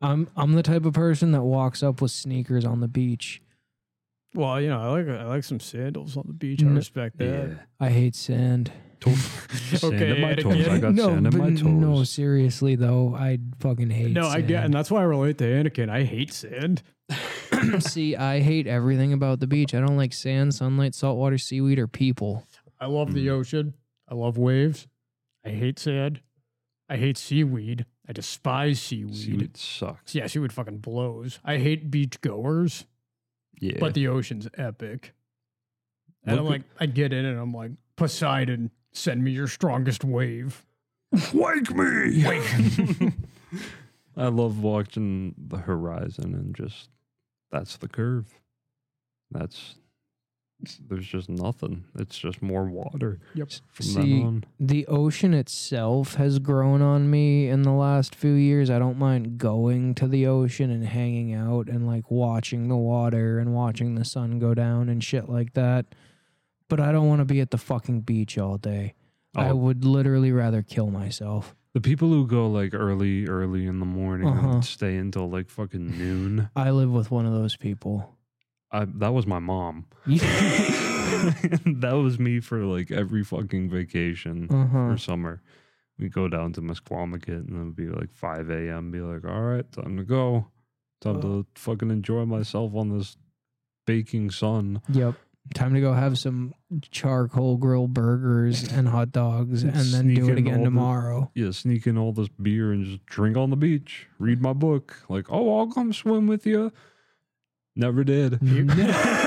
[SPEAKER 2] I'm I'm the type of person that walks up with sneakers on the beach.
[SPEAKER 1] Well, you know, I like I like some sandals on the beach.
[SPEAKER 2] I Mm.
[SPEAKER 1] respect
[SPEAKER 3] yeah.
[SPEAKER 2] I hate sand.
[SPEAKER 3] Toe- sand in my
[SPEAKER 1] and
[SPEAKER 3] toes. I
[SPEAKER 1] again-
[SPEAKER 3] got sand in my
[SPEAKER 2] but n- no,
[SPEAKER 3] toes.
[SPEAKER 2] seriously though, I fucking hate
[SPEAKER 1] No, I
[SPEAKER 2] sand.
[SPEAKER 1] get, and that's why I relate to Anakin. I hate sand.
[SPEAKER 2] See, I hate everything about the beach. I don't like sand, sunlight, saltwater, seaweed, or people.
[SPEAKER 1] I love the ocean. I love waves. I hate sand. I hate seaweed. I despise seaweed.
[SPEAKER 3] Seaweed sucks.
[SPEAKER 1] Yeah, seaweed fucking blows. I hate beach goers,
[SPEAKER 3] Yeah.
[SPEAKER 1] but the ocean's epic. And
[SPEAKER 3] Look
[SPEAKER 1] I'm
[SPEAKER 3] at-
[SPEAKER 1] like, I get in and I'm like, Poseidon, send me your strongest wave.
[SPEAKER 3] Wake me! Wake. I love watching the horizon and just that's the curve. That's there's just nothing. It's just more water
[SPEAKER 1] Yep.
[SPEAKER 3] from
[SPEAKER 2] See,
[SPEAKER 3] then on.
[SPEAKER 2] The ocean itself has grown on me in the last few years. I don't mind going to the ocean and hanging out and like watching the water and watching the sun go down and shit like that. But I don't want to be at the fucking beach all day. I
[SPEAKER 3] Oh.
[SPEAKER 2] would literally rather kill myself.
[SPEAKER 3] The people who go like early, early in the morning
[SPEAKER 2] Uh-huh.
[SPEAKER 3] and stay until like fucking noon.
[SPEAKER 2] I live with one of those people.
[SPEAKER 3] I, that was my mom.
[SPEAKER 2] uh
[SPEAKER 3] that was me for like every fucking vacation
[SPEAKER 2] huh.
[SPEAKER 1] Mm.
[SPEAKER 3] or summer. We go down to Mesquamacut and it would be like 5 a.m. Be like, all right, time to go. Time to fucking enjoy myself on this baking sun.
[SPEAKER 2] Yep. Time to go have some charcoal grill burgers and hot dogs and then
[SPEAKER 3] Sneak
[SPEAKER 2] do
[SPEAKER 3] in
[SPEAKER 2] it again
[SPEAKER 3] all the-
[SPEAKER 2] tomorrow.
[SPEAKER 3] Yeah, sneak in all this beer and just drink on the beach, read my book. Like, oh, I'll come swim with you. Never did.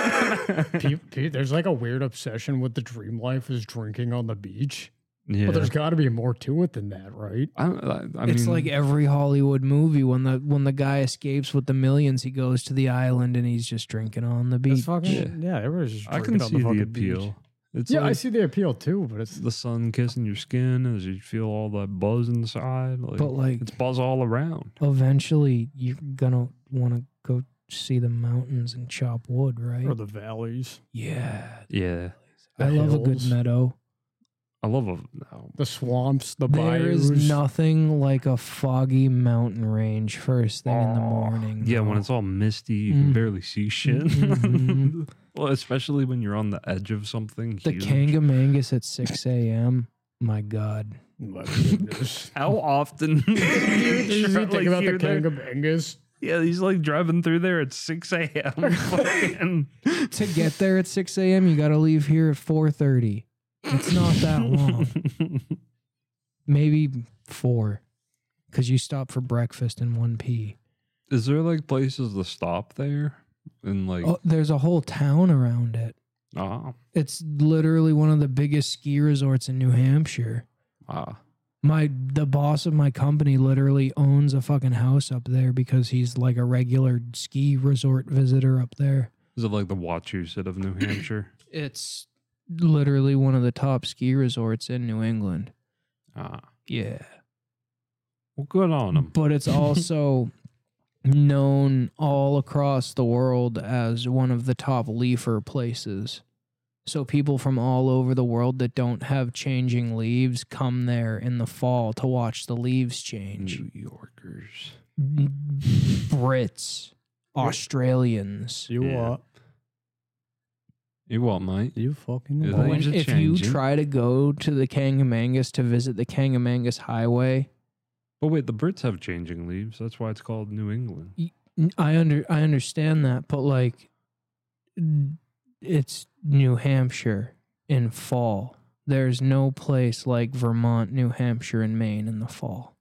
[SPEAKER 1] Pe- pe- there's like a weird obsession with the dream life is drinking on the beach.
[SPEAKER 3] Yeah.
[SPEAKER 1] But there's got to be more to it than that, right?
[SPEAKER 3] I, don't- I, I mean,
[SPEAKER 2] it's like every Hollywood movie when the when the guy escapes with the millions, he goes to the island and he's just drinking on the
[SPEAKER 1] It's
[SPEAKER 2] beach.
[SPEAKER 1] fucking yeah. everybody's just
[SPEAKER 3] I
[SPEAKER 1] drinking
[SPEAKER 3] can
[SPEAKER 1] on
[SPEAKER 3] see the,
[SPEAKER 1] fucking
[SPEAKER 3] appeal.
[SPEAKER 1] beach.
[SPEAKER 3] It's
[SPEAKER 1] Yeah, I
[SPEAKER 3] like
[SPEAKER 1] see the appeal too, but it's
[SPEAKER 3] the sun kissing your skin as you feel all that buzz inside. Like,
[SPEAKER 2] But like
[SPEAKER 3] it's buzz all around.
[SPEAKER 2] eventually you're gonna wanna go see the mountains and chop wood, right?
[SPEAKER 1] or the valleys,
[SPEAKER 2] yeah.
[SPEAKER 3] Yeah.
[SPEAKER 2] I love a good
[SPEAKER 1] hills.
[SPEAKER 2] meadow.
[SPEAKER 3] I love a no.
[SPEAKER 1] the swamps, the
[SPEAKER 2] There
[SPEAKER 1] bayous.
[SPEAKER 2] is nothing like a foggy mountain range first thing in the
[SPEAKER 3] Aw.
[SPEAKER 2] morning.
[SPEAKER 3] Yeah, when
[SPEAKER 2] though.
[SPEAKER 3] it's all misty, you can
[SPEAKER 2] Mm.
[SPEAKER 3] barely see shit.
[SPEAKER 2] Mhm.
[SPEAKER 3] well, especially when you're on the edge of something.
[SPEAKER 2] the
[SPEAKER 3] huge.
[SPEAKER 2] Kangamangas at six AM. My God.
[SPEAKER 1] My goodness.
[SPEAKER 3] How often? do you
[SPEAKER 1] Did you
[SPEAKER 3] try-
[SPEAKER 1] think
[SPEAKER 3] like,
[SPEAKER 1] about the
[SPEAKER 3] you're there-
[SPEAKER 1] Kangamangas?
[SPEAKER 3] Yeah, he's like driving through there at 6 a.m. fucking-
[SPEAKER 2] to get there at 6 a.m. You got to leave here at 4:30. It's not that long, maybe four, because you stop for breakfast and 1p.
[SPEAKER 3] Is there like places to stop there? And like,
[SPEAKER 2] Oh, there's a whole town around it.
[SPEAKER 3] ah,
[SPEAKER 2] It's literally one of the biggest ski resorts in New Hampshire.
[SPEAKER 3] ah,
[SPEAKER 2] My the boss of my company literally owns a fucking house up there because he's like a regular ski resort visitor up there.
[SPEAKER 3] is it like the Wachusett of New Hampshire?
[SPEAKER 2] It's literally one of the top ski resorts in New England.
[SPEAKER 3] Ah,
[SPEAKER 2] Yeah.
[SPEAKER 3] well, good on him.
[SPEAKER 2] but it's also known all across the world as one of the top leafer places. So people from all over the world that don't have changing leaves come there in the fall to watch the leaves change.
[SPEAKER 3] New Yorkers.
[SPEAKER 2] Brits, Australians.
[SPEAKER 1] You
[SPEAKER 3] Yeah.
[SPEAKER 1] uh,
[SPEAKER 3] You what, mate?
[SPEAKER 1] you fucking
[SPEAKER 3] Yeah,
[SPEAKER 1] lying.
[SPEAKER 3] Things
[SPEAKER 2] When-
[SPEAKER 3] are
[SPEAKER 2] if you
[SPEAKER 3] changing.
[SPEAKER 2] try to go to the Kangamangas to visit the Kangamangas Highway,
[SPEAKER 3] But wait, the Brits have changing leaves. That's why it's called New England.
[SPEAKER 2] N- I under I understand that, but like n- it's New Hampshire in fall. There's no place like Vermont, New Hampshire, and Maine in the fall.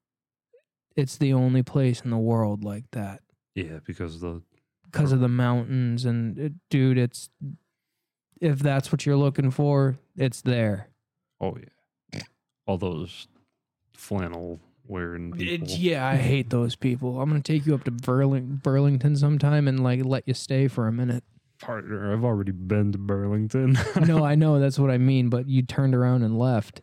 [SPEAKER 2] It's the only place in the world like that
[SPEAKER 3] Yeah, because the
[SPEAKER 2] because of the mountains and it, dude, it's if that's what you're looking for, it's there.
[SPEAKER 3] oh yeah, all those flannel wearing people.
[SPEAKER 2] It, yeah, I hate those people. I'm gonna take you up to Burling- Burlington sometime and like let you stay for a minute.
[SPEAKER 3] Partner, I've already been to Burlington.
[SPEAKER 2] no, I know that's what I mean, but you turned around and left.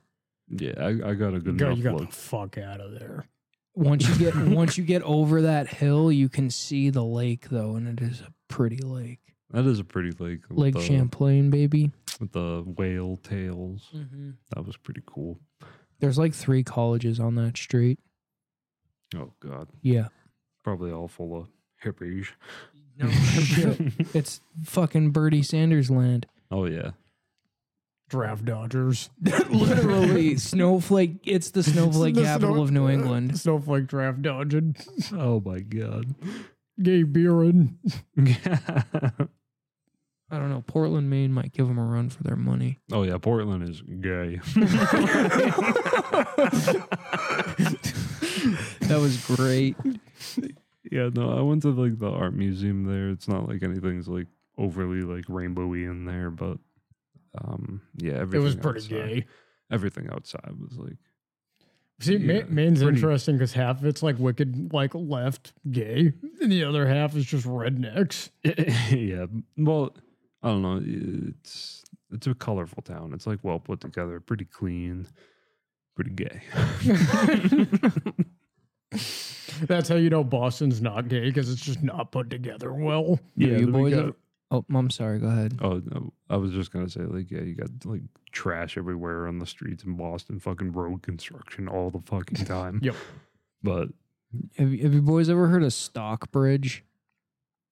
[SPEAKER 3] yeah, I, I got a good
[SPEAKER 1] Go,
[SPEAKER 3] enough
[SPEAKER 1] you got
[SPEAKER 3] look.
[SPEAKER 1] the fuck out of there.
[SPEAKER 2] Once you get once you get over that hill, you can see the lake though, and it is a pretty lake.
[SPEAKER 3] That is a pretty lake. with
[SPEAKER 2] Lake
[SPEAKER 3] the,
[SPEAKER 2] Champlain, baby.
[SPEAKER 3] with the whale tails.
[SPEAKER 2] Mm-hmm.
[SPEAKER 3] That was pretty cool.
[SPEAKER 2] There's like three colleges on that street.
[SPEAKER 3] Oh god,
[SPEAKER 2] Yeah.
[SPEAKER 3] probably all full of hippies.
[SPEAKER 2] No It's fucking Bertie Sanders land.
[SPEAKER 3] oh yeah,
[SPEAKER 1] Draft dodgers.
[SPEAKER 2] Literally, snowflake. It's the snowflake
[SPEAKER 1] The
[SPEAKER 2] capital
[SPEAKER 1] snow-
[SPEAKER 2] of New
[SPEAKER 1] uh,
[SPEAKER 2] England.
[SPEAKER 1] Snowflake draft dodging.
[SPEAKER 3] oh my god.
[SPEAKER 1] Gay Beerin.
[SPEAKER 2] I don't know. Portland, Maine might give them a run for their money.
[SPEAKER 3] oh yeah, Portland is gay.
[SPEAKER 2] That was great.
[SPEAKER 3] Yeah, no, I went to like the art museum there. It's not like anything's like overly like rainbowy in there, but um yeah,
[SPEAKER 1] It
[SPEAKER 3] everything
[SPEAKER 1] was pretty
[SPEAKER 3] outside-
[SPEAKER 1] gay.
[SPEAKER 3] Everything outside was like
[SPEAKER 1] See, Ma-
[SPEAKER 3] Yeah,
[SPEAKER 1] Maine's
[SPEAKER 3] pretty-
[SPEAKER 1] interesting because half of it's like wicked, like left gay, and the other half is just rednecks.
[SPEAKER 3] yeah. Well, I don't know. It's it's a colorful town. It's like well put together, pretty clean, pretty gay.
[SPEAKER 1] That's how you know Boston's not gay because it's just not put together well.
[SPEAKER 2] Yeah, you
[SPEAKER 3] then we
[SPEAKER 2] boys
[SPEAKER 3] got-
[SPEAKER 2] ever- Oh, I'm sorry. Go ahead.
[SPEAKER 3] Oh, no, I was just gonna say, like, yeah, you got like trash everywhere on the streets in Boston, fucking road construction all the fucking time.
[SPEAKER 1] Yep.
[SPEAKER 3] But
[SPEAKER 2] Have, you- have you boys ever heard of Stockbridge?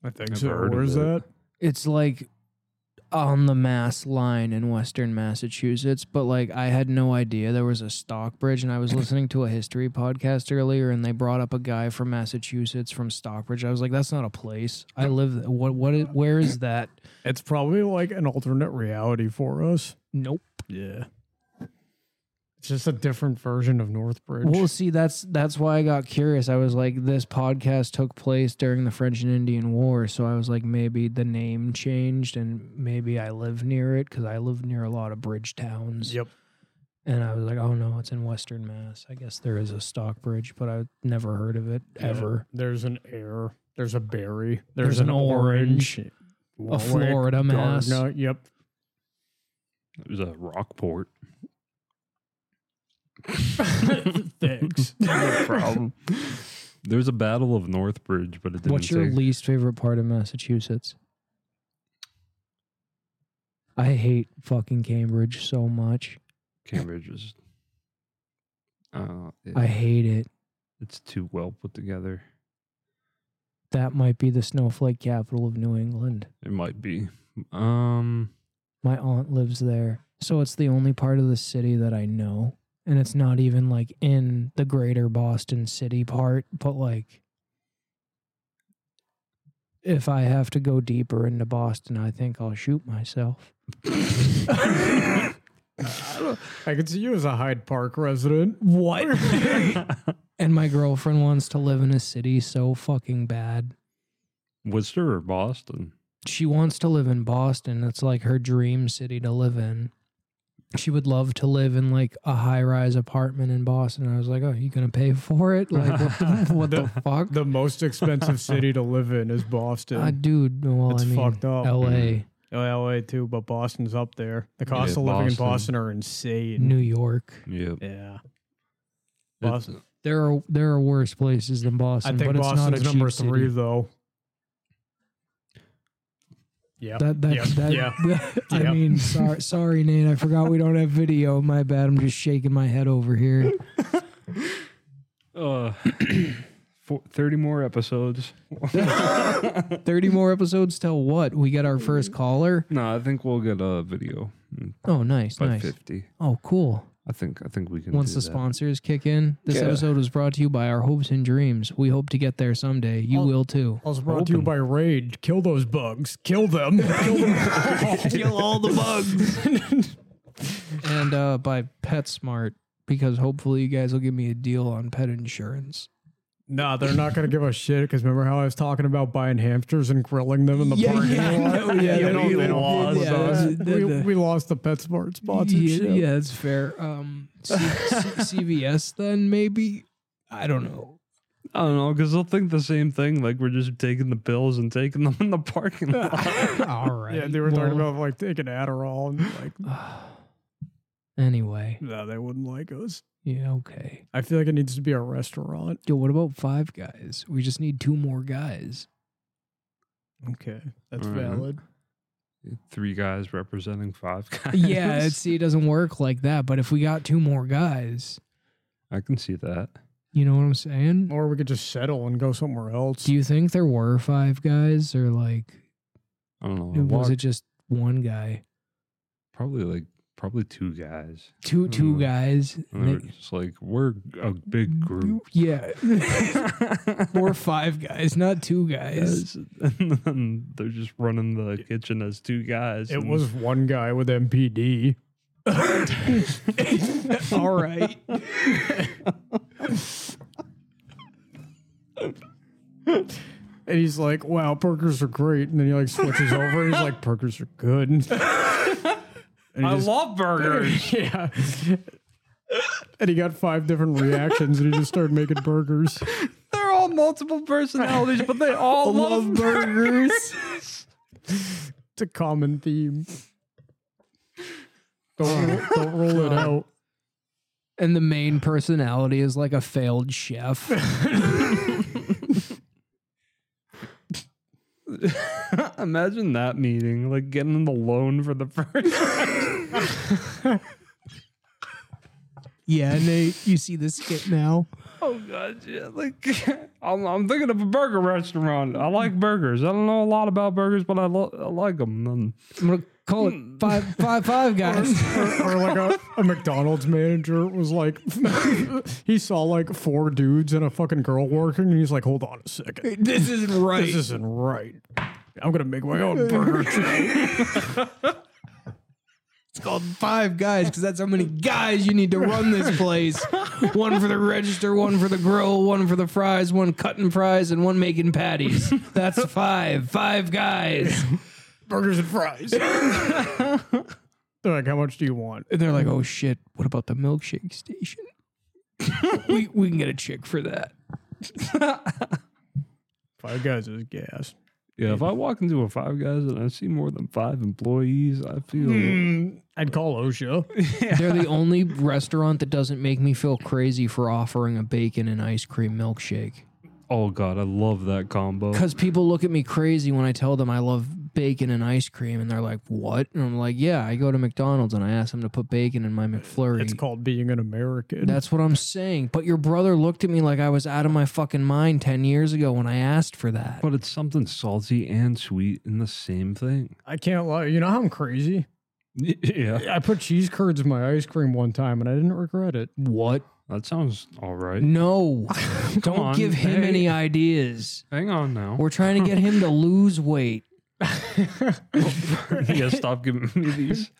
[SPEAKER 1] I think
[SPEAKER 3] Never heard of it.
[SPEAKER 2] It's like on the Mass line in Western Massachusetts, but like I had no idea there was a Stockbridge, and I was listening to a history podcast earlier, and they brought up a guy from Massachusetts from Stockbridge. I was like, that's not a place. I live. What? What? is- Where is that?
[SPEAKER 1] It's probably like an alternate reality for us.
[SPEAKER 2] Nope.
[SPEAKER 1] Yeah. It's just a different version of Northbridge.
[SPEAKER 2] Well, see, that's that's why I got curious. I was like, this podcast took place during the French and Indian War, so I was like, maybe the name changed, and maybe I live near it because I live near a lot of bridge towns.
[SPEAKER 1] yep.
[SPEAKER 2] And I was like, oh no, it's in Western Mass. I guess there is a stock bridge, but I've never heard of it ever.
[SPEAKER 1] There's an air. There's a berry. There's,
[SPEAKER 2] an orange, A
[SPEAKER 1] Warwick,
[SPEAKER 2] Florida Mass.
[SPEAKER 1] Gardner, Yep.
[SPEAKER 3] it was a Rockport.
[SPEAKER 1] Thanks.
[SPEAKER 3] No problem. There was a battle of Northbridge, but it didn't.
[SPEAKER 2] What's your
[SPEAKER 3] say-
[SPEAKER 2] least favorite part of Massachusetts? I hate fucking Cambridge so much.
[SPEAKER 3] Cambridge is. Uh, it-
[SPEAKER 2] I hate it.
[SPEAKER 3] it's too well put together.
[SPEAKER 2] That might be the snowflake capital of New England.
[SPEAKER 3] It might be. Um,
[SPEAKER 2] My aunt lives there. So it's the only part of the city that I know. And it's not even like in the greater Boston city part, but like if I have to go deeper into Boston, I think I'll shoot myself.
[SPEAKER 1] I can see you as a Hyde Park resident. What?
[SPEAKER 2] And my girlfriend wants to live in a city so fucking bad.
[SPEAKER 3] Worcester or Boston?
[SPEAKER 2] She wants to live in Boston. It's like her dream city to live in. She would love to live in like a high rise apartment in Boston. I was like, oh, you going to pay for it? Like, what the, what the fuck?
[SPEAKER 1] the most expensive city to live in is Boston.
[SPEAKER 2] Uh, dude, well,
[SPEAKER 1] It's
[SPEAKER 2] I mean,
[SPEAKER 1] fucked up.
[SPEAKER 2] L.A.,
[SPEAKER 1] Oh, LA too, but Boston's up there. The cost
[SPEAKER 3] Yeah,
[SPEAKER 1] of living
[SPEAKER 3] Boston.
[SPEAKER 1] in Boston are insane.
[SPEAKER 2] New York.
[SPEAKER 3] Yep.
[SPEAKER 1] yeah.
[SPEAKER 3] It's-
[SPEAKER 1] Boston.
[SPEAKER 2] There are there are worse places than Boston,
[SPEAKER 1] I think
[SPEAKER 2] but it's
[SPEAKER 1] Boston
[SPEAKER 2] not
[SPEAKER 1] is
[SPEAKER 2] a
[SPEAKER 1] number
[SPEAKER 2] cheap city.
[SPEAKER 1] three though. Yeah.
[SPEAKER 2] That that,
[SPEAKER 1] Yeah.
[SPEAKER 2] that
[SPEAKER 1] Yeah.
[SPEAKER 2] I
[SPEAKER 1] Yeah.
[SPEAKER 2] mean, sorry, sorry, Nate. I forgot we don't have video. My bad. I'm just shaking my head over here.
[SPEAKER 3] Uh, four, 30 more episodes.
[SPEAKER 2] Thirty more episodes till what? We get our first caller.
[SPEAKER 3] No, I think we'll get a video mm,
[SPEAKER 2] Oh, nice,
[SPEAKER 3] by
[SPEAKER 2] nice.
[SPEAKER 3] 50.
[SPEAKER 2] Oh, cool.
[SPEAKER 3] I think I think we can
[SPEAKER 2] Once
[SPEAKER 3] do
[SPEAKER 2] the
[SPEAKER 3] that.
[SPEAKER 2] sponsors kick in, this
[SPEAKER 3] Yeah.
[SPEAKER 2] episode was brought to you by our hopes and dreams. We hope to get there someday. You
[SPEAKER 1] Oh.
[SPEAKER 2] will too.
[SPEAKER 1] Also brought to you
[SPEAKER 3] Open.
[SPEAKER 1] by Raid. Kill those bugs. Kill them. Kill them. Kill all the bugs.
[SPEAKER 2] and uh, by PetSmart because hopefully you guys will give me a deal on pet insurance.
[SPEAKER 1] nah, they're not gonna give a shit. Because remember how I was talking about buying hamsters and grilling them in the
[SPEAKER 2] Yeah,
[SPEAKER 1] parking
[SPEAKER 2] yeah,
[SPEAKER 1] lot?
[SPEAKER 2] no, yeah,
[SPEAKER 1] they
[SPEAKER 2] no,
[SPEAKER 1] don't,
[SPEAKER 2] we
[SPEAKER 1] they don't
[SPEAKER 2] lost
[SPEAKER 1] want
[SPEAKER 2] that.
[SPEAKER 1] us.
[SPEAKER 2] Yeah,
[SPEAKER 1] We,
[SPEAKER 2] the- the-
[SPEAKER 1] we lost the PetSmart sponsorship.
[SPEAKER 2] Yeah, yeah, that's fair. Um, C- C- CVS then maybe. I don't know.
[SPEAKER 3] I don't know because they'll think the same thing. Like we're just taking the pills and taking them in the parking lot.
[SPEAKER 2] All right.
[SPEAKER 1] Yeah, they were talking
[SPEAKER 2] well,
[SPEAKER 1] about like taking Adderall and like
[SPEAKER 2] Anyway,
[SPEAKER 1] no, they wouldn't like us.
[SPEAKER 2] yeah, okay.
[SPEAKER 1] I feel like it needs to be a restaurant.
[SPEAKER 2] Yo, what about five guys? We just need two more guys.
[SPEAKER 1] Okay, that's
[SPEAKER 3] All right.
[SPEAKER 1] valid.
[SPEAKER 3] Three guys representing five guys.
[SPEAKER 2] Yeah, it's, see, it doesn't work like that. But if we got two more guys,
[SPEAKER 3] I can see that.
[SPEAKER 2] you know what I'm saying?
[SPEAKER 1] Or we could just settle and go somewhere else.
[SPEAKER 2] Do you think there were five guys, or like
[SPEAKER 3] I don't know. I
[SPEAKER 2] was
[SPEAKER 3] walked
[SPEAKER 2] it just one guy?
[SPEAKER 3] probably like probably two guys.
[SPEAKER 2] two two
[SPEAKER 3] Mm.
[SPEAKER 2] guys.
[SPEAKER 3] And they were just like we're a big group.
[SPEAKER 2] Yeah, or five guys, not two guys.
[SPEAKER 3] Guys, and then they're just running the kitchen as two guys.
[SPEAKER 1] It
[SPEAKER 3] and-
[SPEAKER 1] was one guy with MPD.
[SPEAKER 2] All right.
[SPEAKER 1] And he's like, wow, burgers are great. And then he like switches over and he's like, burgers are good. And he
[SPEAKER 3] I
[SPEAKER 1] just-
[SPEAKER 3] love burgers.
[SPEAKER 1] yeah. and he got five different reactions, and he just started making burgers.
[SPEAKER 3] They're all multiple personalities, but they all love, burgers.
[SPEAKER 1] It's a common theme. Don't, roll- don't roll it out.
[SPEAKER 2] And the main personality is like a failed chef.
[SPEAKER 3] Imagine that meeting, like getting the loan for the first.
[SPEAKER 2] yeah, Nate, you see this skit now?
[SPEAKER 3] oh god, yeah, like I'm, I'm thinking of a burger restaurant. I like burgers. I don't know a lot about burgers, but I, lo- I like them.
[SPEAKER 2] I'm gonna call it five five five guys.
[SPEAKER 1] or, or like a, a McDonald's manager was like, he saw like four dudes and a fucking girl working, and he's like, hold on a second.
[SPEAKER 2] this is right.
[SPEAKER 1] This isn't right. I'm gonna make my own burger. chain."
[SPEAKER 2] It's called Five Guys because that's how many guys you need to run this place. one for the register, one for the grill, one for the fries, one cutting fries, and one making patties. That's five. Five guys.
[SPEAKER 1] Burgers and fries. They're like, how much do you want?
[SPEAKER 2] And they're like, oh shit, what about the milkshake station? we, we can get a chick for that.
[SPEAKER 1] Five guys is gas.
[SPEAKER 3] Yeah, if I walk into a Five Guys and I see more than five employees, I feel
[SPEAKER 1] I'd call OSHA.
[SPEAKER 2] They're the only restaurant that doesn't make me feel crazy for offering a bacon and ice cream milkshake.
[SPEAKER 3] oh god, I love that combo.
[SPEAKER 2] Because people look at me crazy when I tell them I love bacon and ice cream, and they're like, "What?" And I'm like, "Yeah, I go to McDonald's and I ask them to put bacon in my McFlurry."
[SPEAKER 1] It's called being an American.
[SPEAKER 2] That's what I'm saying. But your brother looked at me like I was out of my fucking mind ten years ago when I asked for that.
[SPEAKER 3] But it's something salty and sweet in the same thing.
[SPEAKER 1] I can't lie. You know how I'm crazy?
[SPEAKER 3] Yeah.
[SPEAKER 1] I put cheese curds in my ice cream one time and I didn't regret it.
[SPEAKER 2] What?
[SPEAKER 3] That sounds all right.
[SPEAKER 2] No, don't
[SPEAKER 3] on,
[SPEAKER 2] give him
[SPEAKER 3] hey.
[SPEAKER 2] any ideas.
[SPEAKER 3] Hang on now.
[SPEAKER 2] We're trying to get him to lose weight.
[SPEAKER 3] yeah, stop giving me these.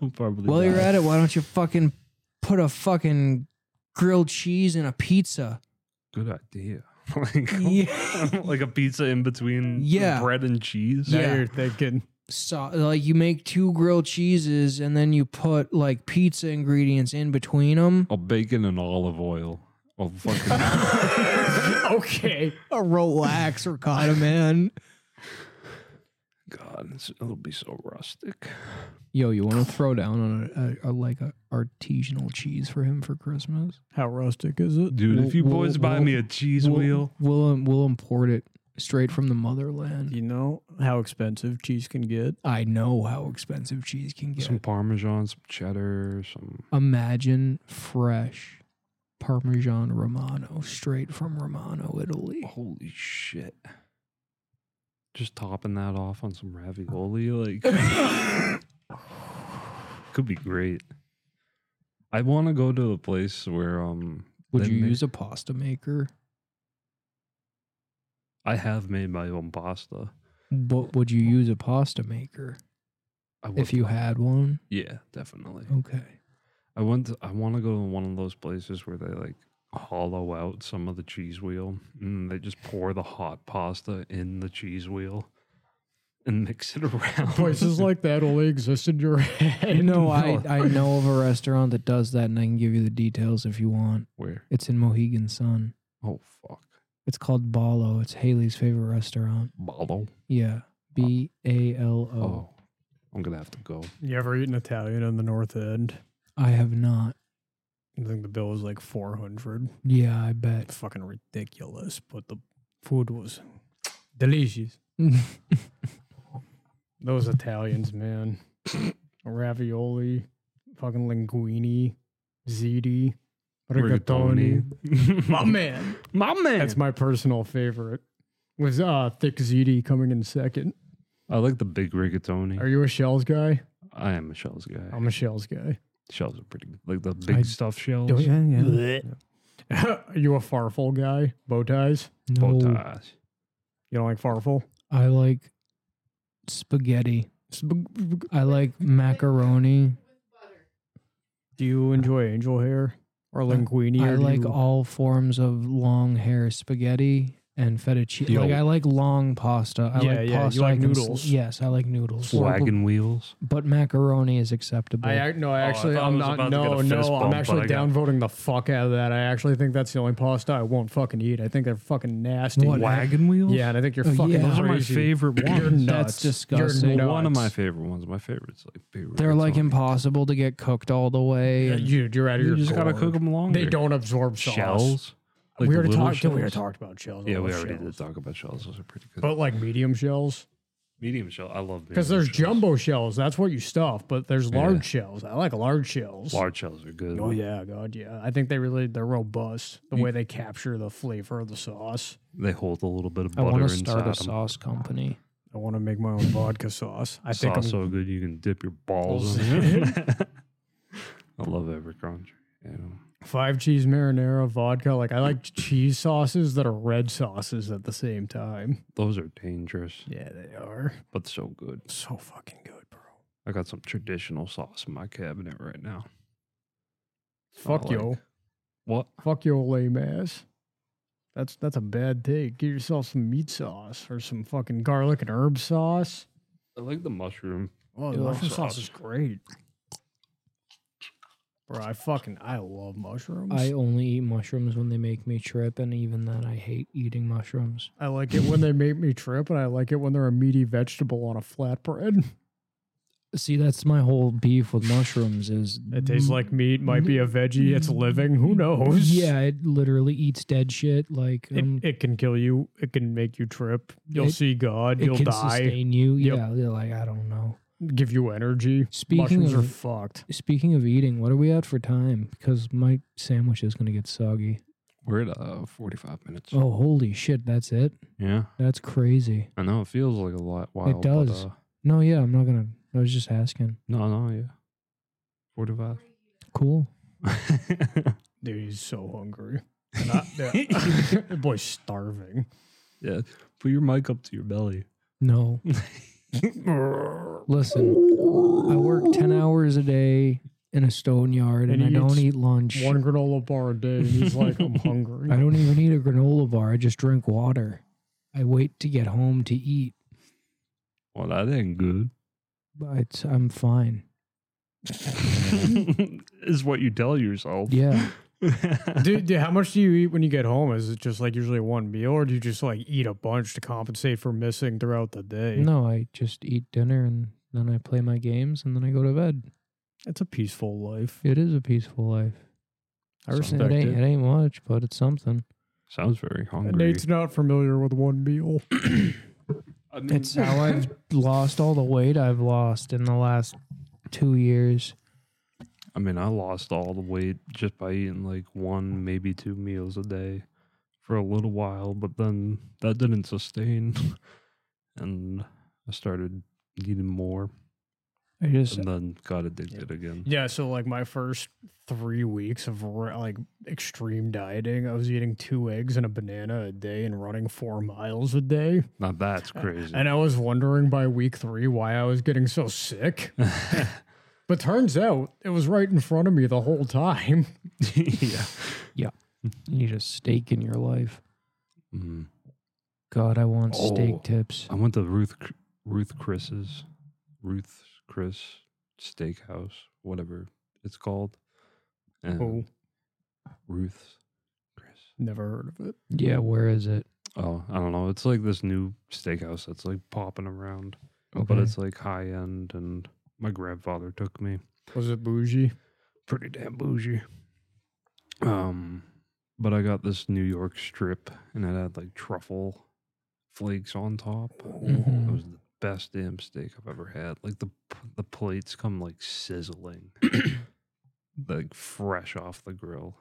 [SPEAKER 3] I'll probably
[SPEAKER 2] While you're
[SPEAKER 3] die.
[SPEAKER 2] at it, why don't you fucking put a fucking grilled cheese in a pizza?
[SPEAKER 3] good idea. like,
[SPEAKER 2] Yeah.
[SPEAKER 3] like a pizza in between
[SPEAKER 2] Yeah.
[SPEAKER 3] bread and cheese.
[SPEAKER 1] Now
[SPEAKER 2] Yeah.
[SPEAKER 1] you're thinking,
[SPEAKER 2] so like you make two grilled cheeses and then you put like pizza ingredients in between them.
[SPEAKER 3] A bacon and olive oil. Oh fucking
[SPEAKER 1] okay.
[SPEAKER 2] relax, ricotta man.
[SPEAKER 3] god, it's, it'll be so rustic.
[SPEAKER 2] Yo, you want to throw down on a, a, a like a artisanal cheese for him for Christmas?
[SPEAKER 1] How rustic is it?
[SPEAKER 3] Dude,
[SPEAKER 2] We'll-
[SPEAKER 3] if you
[SPEAKER 2] we'll-
[SPEAKER 3] boys buy
[SPEAKER 2] we'll-
[SPEAKER 3] me a cheese wheel,
[SPEAKER 2] We'll um, we'll import it straight from the motherland.
[SPEAKER 1] You know how expensive cheese can get?
[SPEAKER 2] I know how expensive cheese can get.
[SPEAKER 3] some parmesan, some cheddar, some
[SPEAKER 2] Imagine fresh Parmesan Romano straight from Romano, Italy.
[SPEAKER 3] holy shit. Just topping that off on some ravioli, like could be great. I want to go to a place where um
[SPEAKER 2] Would
[SPEAKER 3] they
[SPEAKER 2] you
[SPEAKER 3] make-
[SPEAKER 2] use a pasta maker?
[SPEAKER 3] I have made my own pasta.
[SPEAKER 2] But would you use a pasta maker
[SPEAKER 3] I would-
[SPEAKER 2] if you had one?
[SPEAKER 3] yeah, definitely.
[SPEAKER 2] Okay.
[SPEAKER 3] I want to, I want to go to one of those places where they like hollow out some of the cheese wheel and they just pour the hot pasta in the cheese wheel and mix it around.
[SPEAKER 1] Places like that only exist in your head.
[SPEAKER 2] No, I,
[SPEAKER 3] I-
[SPEAKER 2] I know of a restaurant that does that, and I can give you the details if you want.
[SPEAKER 3] where?
[SPEAKER 2] It's in Mohegan Sun.
[SPEAKER 3] Oh fuck,
[SPEAKER 2] It's called Balo. It's Haley's favorite restaurant.
[SPEAKER 3] bottle.
[SPEAKER 2] Yeah. B A L
[SPEAKER 3] Oh.
[SPEAKER 2] O.
[SPEAKER 3] I'm gonna have to go.
[SPEAKER 1] You ever eaten Italian in the North End?
[SPEAKER 2] I have not.
[SPEAKER 1] I think the bill was like 400.
[SPEAKER 2] Yeah, I bet.
[SPEAKER 1] Fucking ridiculous, but the food was delicious. Those Italians, man. Ravioli, fucking linguine, ziti, rigatoni. My man.
[SPEAKER 3] my man.
[SPEAKER 1] That's my personal favorite. Was uh thick ziti coming in second.
[SPEAKER 3] I like the big rigatoni.
[SPEAKER 1] Are you a shells guy?
[SPEAKER 3] I am a shells guy.
[SPEAKER 1] I'm a shells guy.
[SPEAKER 3] shells are pretty good. like the big
[SPEAKER 2] I-
[SPEAKER 3] stuffed shells.
[SPEAKER 1] Are you a farfel guy? Bow ties?
[SPEAKER 2] No,
[SPEAKER 3] Bow ties.
[SPEAKER 1] You don't like farfel?
[SPEAKER 2] I like spaghetti.
[SPEAKER 1] Do
[SPEAKER 2] I like macaroni.
[SPEAKER 1] you enjoy angel hair or linguine?
[SPEAKER 2] I
[SPEAKER 1] or do
[SPEAKER 2] like
[SPEAKER 1] you-
[SPEAKER 2] all forms of long hair spaghetti and fettuccine.
[SPEAKER 3] Yo.
[SPEAKER 2] Like I like long pasta. I
[SPEAKER 1] Yeah,
[SPEAKER 2] like
[SPEAKER 1] yeah, you
[SPEAKER 2] pasta.
[SPEAKER 1] like
[SPEAKER 2] I can s-
[SPEAKER 1] noodles.
[SPEAKER 2] yes, I like noodles.
[SPEAKER 3] Wagon wheels.
[SPEAKER 2] But macaroni is acceptable.
[SPEAKER 1] I ac- no, I
[SPEAKER 3] Oh, I
[SPEAKER 1] actually,
[SPEAKER 3] thought I
[SPEAKER 1] I'm
[SPEAKER 3] was
[SPEAKER 1] not.
[SPEAKER 3] about to
[SPEAKER 1] No,
[SPEAKER 3] get a fist
[SPEAKER 1] no, I'm
[SPEAKER 3] bump,
[SPEAKER 1] actually
[SPEAKER 3] but I got-
[SPEAKER 1] downvoting the fuck out of that. I actually think that's the only pasta I won't fucking eat. I think they're fucking nasty.
[SPEAKER 2] What?
[SPEAKER 3] Wagon wheels?
[SPEAKER 1] Yeah, and I think you're
[SPEAKER 2] Oh,
[SPEAKER 1] fucking.
[SPEAKER 2] yeah.
[SPEAKER 3] Those are my
[SPEAKER 1] crazy.
[SPEAKER 3] favorite
[SPEAKER 1] You're
[SPEAKER 3] ones.
[SPEAKER 1] nuts.
[SPEAKER 2] That's
[SPEAKER 1] You're
[SPEAKER 2] disgusting.
[SPEAKER 1] nuts.
[SPEAKER 3] One of my favorite ones. My favorite's like big
[SPEAKER 2] They're
[SPEAKER 3] red
[SPEAKER 2] like
[SPEAKER 3] sauce.
[SPEAKER 2] impossible to get cooked all the way.
[SPEAKER 1] Yeah,
[SPEAKER 2] and-
[SPEAKER 1] you, you're out of
[SPEAKER 3] You
[SPEAKER 1] your.
[SPEAKER 3] just gotta
[SPEAKER 1] gourd.
[SPEAKER 3] cook them longer.
[SPEAKER 1] They don't absorb sauce.
[SPEAKER 3] shells. Like
[SPEAKER 1] we
[SPEAKER 3] the
[SPEAKER 1] already
[SPEAKER 3] little
[SPEAKER 1] talked. We already
[SPEAKER 3] shells?
[SPEAKER 1] talked about shells. I
[SPEAKER 3] Yeah,
[SPEAKER 1] love
[SPEAKER 3] we already
[SPEAKER 1] shells.
[SPEAKER 3] did talk about shells. Those are pretty good.
[SPEAKER 1] But like medium shells,
[SPEAKER 3] medium shell, I love
[SPEAKER 1] because
[SPEAKER 3] medium
[SPEAKER 1] there's
[SPEAKER 3] shells.
[SPEAKER 1] jumbo shells. That's what you stuff. But there's
[SPEAKER 3] Yeah.
[SPEAKER 1] large shells. I like large shells.
[SPEAKER 3] Large shells are good.
[SPEAKER 1] Oh yeah, God, yeah. I think they really they're robust. The way they capture the flavor of the sauce.
[SPEAKER 3] They hold a little bit of
[SPEAKER 2] I
[SPEAKER 3] butter
[SPEAKER 2] want to
[SPEAKER 3] inside
[SPEAKER 2] start a
[SPEAKER 3] them.
[SPEAKER 2] sauce company.
[SPEAKER 1] I want to make my own vodka sauce. I think
[SPEAKER 3] Sauce
[SPEAKER 1] I'm,
[SPEAKER 3] so good you can dip your balls in it. I love Evercrunch. Yeah.
[SPEAKER 1] five cheese marinara vodka. Like I like cheese sauces that are red sauces at the same time.
[SPEAKER 3] Those are dangerous,
[SPEAKER 1] Yeah, they are
[SPEAKER 3] but so good.
[SPEAKER 1] so fucking good, bro.
[SPEAKER 3] I got some traditional sauce in my cabinet right now.
[SPEAKER 1] Fuck
[SPEAKER 3] like-
[SPEAKER 1] yo,
[SPEAKER 3] What?
[SPEAKER 1] fuck yo, lame ass. That's that's a bad take. Get yourself some meat sauce or some fucking garlic and herb sauce.
[SPEAKER 3] I like the mushroom.
[SPEAKER 1] Oh,
[SPEAKER 3] Yeah,
[SPEAKER 1] the
[SPEAKER 3] love
[SPEAKER 1] mushroom sauce
[SPEAKER 3] sauce.
[SPEAKER 1] is great. Bro, I fucking I love mushrooms.
[SPEAKER 2] I only eat mushrooms when they make me trip, and even then, I hate eating mushrooms.
[SPEAKER 1] I like it when they make me trip, and I like it when they're a meaty vegetable on a flatbread.
[SPEAKER 2] See, that's my whole beef with mushrooms. Is
[SPEAKER 1] It tastes like meat, might be a veggie, it's living. Who knows?
[SPEAKER 2] Yeah, it literally eats dead shit. Like
[SPEAKER 1] It,
[SPEAKER 2] um,
[SPEAKER 1] it can kill you. It can make you trip. You'll
[SPEAKER 2] It-
[SPEAKER 1] see God.
[SPEAKER 2] it
[SPEAKER 1] You'll
[SPEAKER 2] can
[SPEAKER 1] die.
[SPEAKER 2] sustain you.
[SPEAKER 1] Yep.
[SPEAKER 2] Yeah, they're like I don't know.
[SPEAKER 1] Give you energy.
[SPEAKER 2] Speaking
[SPEAKER 1] Mushrooms are
[SPEAKER 2] of-
[SPEAKER 1] fucked.
[SPEAKER 2] Speaking of eating, what are we at for time? Because my sandwich is gonna get soggy.
[SPEAKER 3] We're at uh, 45 minutes.
[SPEAKER 2] Oh, holy shit! That's it.
[SPEAKER 3] Yeah.
[SPEAKER 2] That's crazy.
[SPEAKER 3] I know it feels like a lot. While, but,
[SPEAKER 2] does.
[SPEAKER 3] uh,
[SPEAKER 2] No, yeah, I'm not gonna. I was just asking.
[SPEAKER 3] no, no, yeah. 45.
[SPEAKER 2] Cool.
[SPEAKER 1] Dude, he's so hungry. And I- yeah. the boy's starving.
[SPEAKER 3] yeah. Put your mic up to your belly.
[SPEAKER 2] No. Listen, I work 10 hours a day in a stone yard
[SPEAKER 1] And
[SPEAKER 2] and, I
[SPEAKER 1] he
[SPEAKER 2] don't
[SPEAKER 1] eats
[SPEAKER 2] eat lunch.
[SPEAKER 1] One granola bar a day. And he's like, I'm hungry.
[SPEAKER 2] I don't even eat a granola bar. I just drink water. I wait to get home to eat.
[SPEAKER 3] Well, that ain't good.
[SPEAKER 2] But it's, I'm fine.
[SPEAKER 3] is what you tell yourself.
[SPEAKER 2] Yeah.
[SPEAKER 1] do, do, how much do you eat when you get home? Is it just like usually one meal, or do you just like eat a bunch to compensate for missing throughout the day?
[SPEAKER 2] No, I just eat dinner and then I play my games and then I go to bed.
[SPEAKER 1] it's a peaceful life.
[SPEAKER 2] It is a peaceful life.
[SPEAKER 1] I
[SPEAKER 2] So
[SPEAKER 1] respect
[SPEAKER 2] it. Ain't,
[SPEAKER 1] it.
[SPEAKER 2] it ain't much, but it's something.
[SPEAKER 3] Sounds very
[SPEAKER 1] And
[SPEAKER 3] hungry.
[SPEAKER 1] Nate's not familiar with one meal.
[SPEAKER 3] I mean,
[SPEAKER 2] It's how I've lost all the weight I've lost in the last two years.
[SPEAKER 3] I mean, I lost all the weight just by eating like one, maybe two meals a day for a little while, but then that didn't sustain, and I started needing more,
[SPEAKER 2] I just
[SPEAKER 3] and then got addicted again.
[SPEAKER 1] Yeah, so like my first three weeks of re- like extreme dieting, I was eating two eggs and a banana a day and running four miles a day.
[SPEAKER 3] Now that's crazy.
[SPEAKER 1] And I was wondering by week three why I was getting so sick. but turns out it was right in front of me the whole time.
[SPEAKER 3] yeah.
[SPEAKER 2] You need a steak in your life.
[SPEAKER 3] Mm.
[SPEAKER 2] God, I want
[SPEAKER 3] Oh.
[SPEAKER 2] steak tips.
[SPEAKER 3] I went to Ruth Cr- Ruth Chris's Ruth Chris Steakhouse, whatever it's called. And
[SPEAKER 1] Oh,
[SPEAKER 3] Ruth's Chris.
[SPEAKER 1] never heard of it.
[SPEAKER 2] Yeah, where is it?
[SPEAKER 3] Oh, I don't know. It's like this new steakhouse that's like popping around, but
[SPEAKER 2] Okay.
[SPEAKER 3] it's like high end. And my grandfather took me.
[SPEAKER 1] Was it bougie?
[SPEAKER 3] Pretty damn bougie. Um, but I got this New York strip, and it had like truffle flakes on top. It
[SPEAKER 2] Mhm.
[SPEAKER 3] was the best damn steak I've ever had. Like the p- the plates come like sizzling, like fresh off the grill.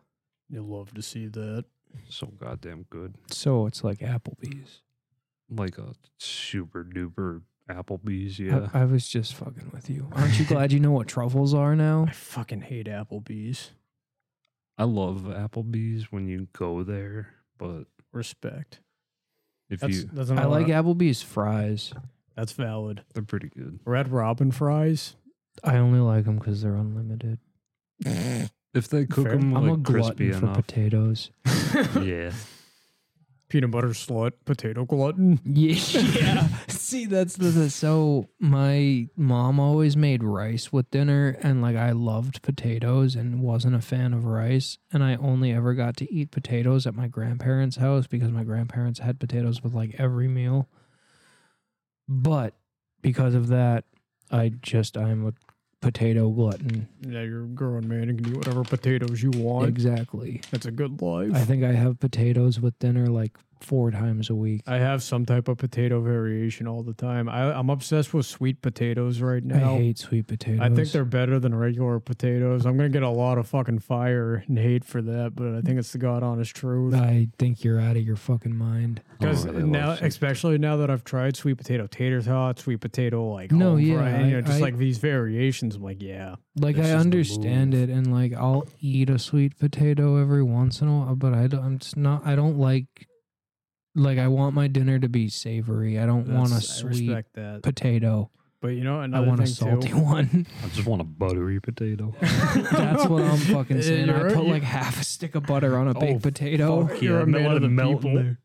[SPEAKER 1] You love to see that.
[SPEAKER 3] So goddamn good.
[SPEAKER 2] So it's like Applebee's.
[SPEAKER 3] Like a super duper Applebee's.
[SPEAKER 2] I-
[SPEAKER 3] Yeah.
[SPEAKER 2] I, was just fucking with you. Aren't you glad you know what truffles are now?
[SPEAKER 1] I fucking hate Applebee's.
[SPEAKER 3] I love Applebee's when you go there, but
[SPEAKER 1] Respect.
[SPEAKER 3] if
[SPEAKER 1] That's
[SPEAKER 3] you,
[SPEAKER 1] that's
[SPEAKER 2] I
[SPEAKER 1] another
[SPEAKER 2] like
[SPEAKER 1] one.
[SPEAKER 2] Applebee's fries.
[SPEAKER 1] that's valid.
[SPEAKER 3] they're pretty good.
[SPEAKER 1] Red Robin fries.
[SPEAKER 2] I only like them because they're unlimited.
[SPEAKER 3] If they cook
[SPEAKER 1] Fair.
[SPEAKER 3] them
[SPEAKER 2] I'm a
[SPEAKER 3] like
[SPEAKER 2] glutton
[SPEAKER 3] crispy Oh,
[SPEAKER 2] for
[SPEAKER 3] enough,
[SPEAKER 2] potatoes.
[SPEAKER 3] yeah.
[SPEAKER 1] peanut butter slut, potato glutton.
[SPEAKER 2] Yeah. yeah. See, that's the, the so my mom always made rice with dinner and like I loved potatoes and wasn't a fan of rice and I only ever got to eat potatoes at my grandparents' house because my grandparents had potatoes with like every meal. But because of that, I just I'm a potato glutton.
[SPEAKER 1] Yeah, you're a grown man and can eat whatever potatoes you want.
[SPEAKER 2] Exactly.
[SPEAKER 1] That's a good life.
[SPEAKER 2] I think I have potatoes with dinner like four times a week.
[SPEAKER 1] I have some type of potato variation all the time. I, I'm obsessed with sweet potatoes right
[SPEAKER 2] I
[SPEAKER 1] now.
[SPEAKER 2] hate sweet potatoes.
[SPEAKER 1] I think they're better than regular potatoes. I'm gonna get a lot of fucking fire and hate for that, but I think it's the god honest truth.
[SPEAKER 2] I think you're out of your fucking mind.
[SPEAKER 3] Oh, I don't
[SPEAKER 1] Because
[SPEAKER 3] really love
[SPEAKER 1] now,
[SPEAKER 3] sweet
[SPEAKER 1] especially now that I've tried sweet potato tater tot, sweet potato like
[SPEAKER 2] No,
[SPEAKER 1] no,
[SPEAKER 2] yeah,
[SPEAKER 1] you know,
[SPEAKER 2] I-
[SPEAKER 1] just
[SPEAKER 2] I-
[SPEAKER 1] like these variations. I'm like, yeah,
[SPEAKER 2] Like
[SPEAKER 3] This is
[SPEAKER 2] I
[SPEAKER 3] the
[SPEAKER 2] understand
[SPEAKER 3] move.
[SPEAKER 2] it, and like I'll eat a sweet potato every once in a while, but I don't. I'm just not. I don't like. Like I want my dinner to be savory. I don't want a
[SPEAKER 1] that's- I
[SPEAKER 2] sweet
[SPEAKER 1] respect that.
[SPEAKER 2] potato.
[SPEAKER 1] But you know,
[SPEAKER 2] I
[SPEAKER 1] another
[SPEAKER 2] want a
[SPEAKER 1] thing,
[SPEAKER 2] salty
[SPEAKER 1] too-
[SPEAKER 2] one.
[SPEAKER 3] I just want a buttery potato.
[SPEAKER 2] That's what I'm fucking
[SPEAKER 1] Yeah,
[SPEAKER 2] saying. I
[SPEAKER 1] you're-
[SPEAKER 2] put
[SPEAKER 1] you-
[SPEAKER 2] like half a stick of butter on a baked
[SPEAKER 1] Oh,
[SPEAKER 2] potato.
[SPEAKER 1] fuck. You're a
[SPEAKER 3] and then
[SPEAKER 1] man
[SPEAKER 3] let
[SPEAKER 1] of
[SPEAKER 3] it
[SPEAKER 1] the
[SPEAKER 3] melt in
[SPEAKER 1] people.
[SPEAKER 3] there.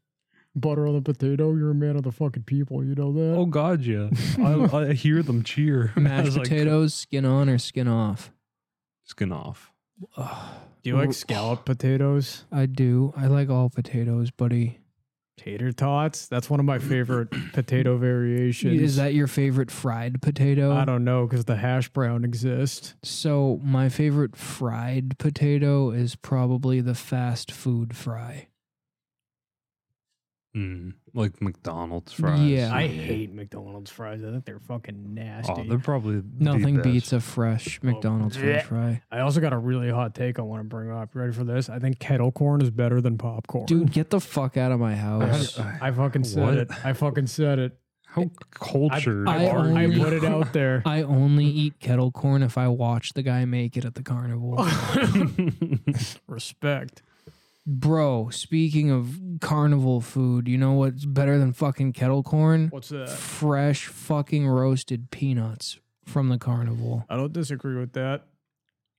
[SPEAKER 1] butter on the potato. You're a man of the fucking people. You know that.
[SPEAKER 3] Oh God, yeah. I, I hear them cheer. I
[SPEAKER 2] Mashed
[SPEAKER 3] was like,
[SPEAKER 2] potatoes, skin on or skin off.
[SPEAKER 3] skin off.
[SPEAKER 2] Ugh.
[SPEAKER 1] Do you like scallop potatoes?
[SPEAKER 2] I do. I like all potatoes, buddy.
[SPEAKER 1] Tater tots. That's one of my favorite potato variations.
[SPEAKER 2] Is that your favorite fried potato?
[SPEAKER 1] I don't know because the hash brown exists.
[SPEAKER 2] So my favorite fried potato is probably the fast food fry.
[SPEAKER 3] Mm, like McDonald's fries.
[SPEAKER 2] Yeah.
[SPEAKER 1] I hate McDonald's fries. I think they're fucking nasty.
[SPEAKER 3] Oh, they're probably the
[SPEAKER 2] Nothing
[SPEAKER 3] best.
[SPEAKER 2] beats a fresh
[SPEAKER 1] Oh,
[SPEAKER 2] McDonald's
[SPEAKER 1] bleh.
[SPEAKER 2] french fry.
[SPEAKER 1] I also got a really hot take I want to bring up. You Ready for this? I think kettle corn is better than popcorn.
[SPEAKER 2] Dude, get the fuck out of my
[SPEAKER 1] I,
[SPEAKER 2] house.
[SPEAKER 1] I fucking said
[SPEAKER 3] What?
[SPEAKER 1] it. I fucking said it.
[SPEAKER 3] How cultured
[SPEAKER 1] I,
[SPEAKER 3] are
[SPEAKER 1] I, I
[SPEAKER 3] you?
[SPEAKER 1] put it out there.
[SPEAKER 2] I only eat kettle corn if I watch the guy make it at the carnival.
[SPEAKER 1] Respect.
[SPEAKER 2] Bro, speaking of carnival food, you know what's better than fucking kettle corn?
[SPEAKER 1] What's that?
[SPEAKER 2] Fresh fucking roasted peanuts from the carnival.
[SPEAKER 1] I don't disagree with that.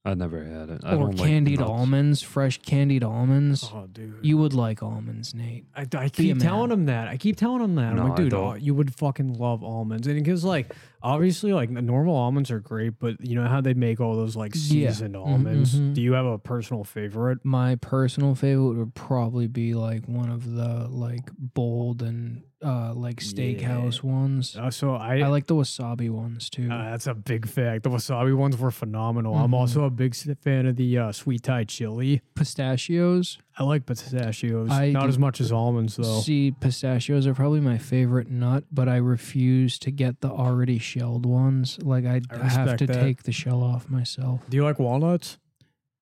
[SPEAKER 3] I never had it. I
[SPEAKER 2] Or
[SPEAKER 3] don't like
[SPEAKER 2] candied
[SPEAKER 3] nuts.
[SPEAKER 2] almonds, fresh candied almonds.
[SPEAKER 1] Oh, dude.
[SPEAKER 2] You would like almonds, Nate.
[SPEAKER 1] I, I
[SPEAKER 2] Be a
[SPEAKER 1] keep telling him that. I keep telling him that.
[SPEAKER 3] No,
[SPEAKER 1] I'm like,
[SPEAKER 3] I
[SPEAKER 1] dude,
[SPEAKER 3] don't.
[SPEAKER 1] oh, you would fucking love almonds. And because, like, obviously, like, the normal almonds are great, but you know how they make all those, like,
[SPEAKER 2] Yeah.
[SPEAKER 1] seasoned
[SPEAKER 2] Mhm,
[SPEAKER 1] almonds?
[SPEAKER 2] mhm.
[SPEAKER 1] Do you have a personal favorite?
[SPEAKER 2] my personal favorite would probably be like one of the like bold and uh like steakhouse ones.
[SPEAKER 1] Uh, so I,
[SPEAKER 2] I like the wasabi ones too.
[SPEAKER 1] uh, that's a big fact. The wasabi ones were phenomenal. I'm
[SPEAKER 2] Mhm.
[SPEAKER 1] also a big s- fan of the uh, sweet Thai chili.
[SPEAKER 2] pistachios.
[SPEAKER 1] I like pistachios,
[SPEAKER 2] I
[SPEAKER 1] not
[SPEAKER 2] do-
[SPEAKER 1] as much as almonds, though.
[SPEAKER 2] See, pistachios are probably my favorite nut, but I refuse to get the already shelled ones. Like I,
[SPEAKER 1] I
[SPEAKER 2] have
[SPEAKER 1] respect
[SPEAKER 2] to
[SPEAKER 1] that.
[SPEAKER 2] take the shell off myself.
[SPEAKER 1] Do you like walnuts?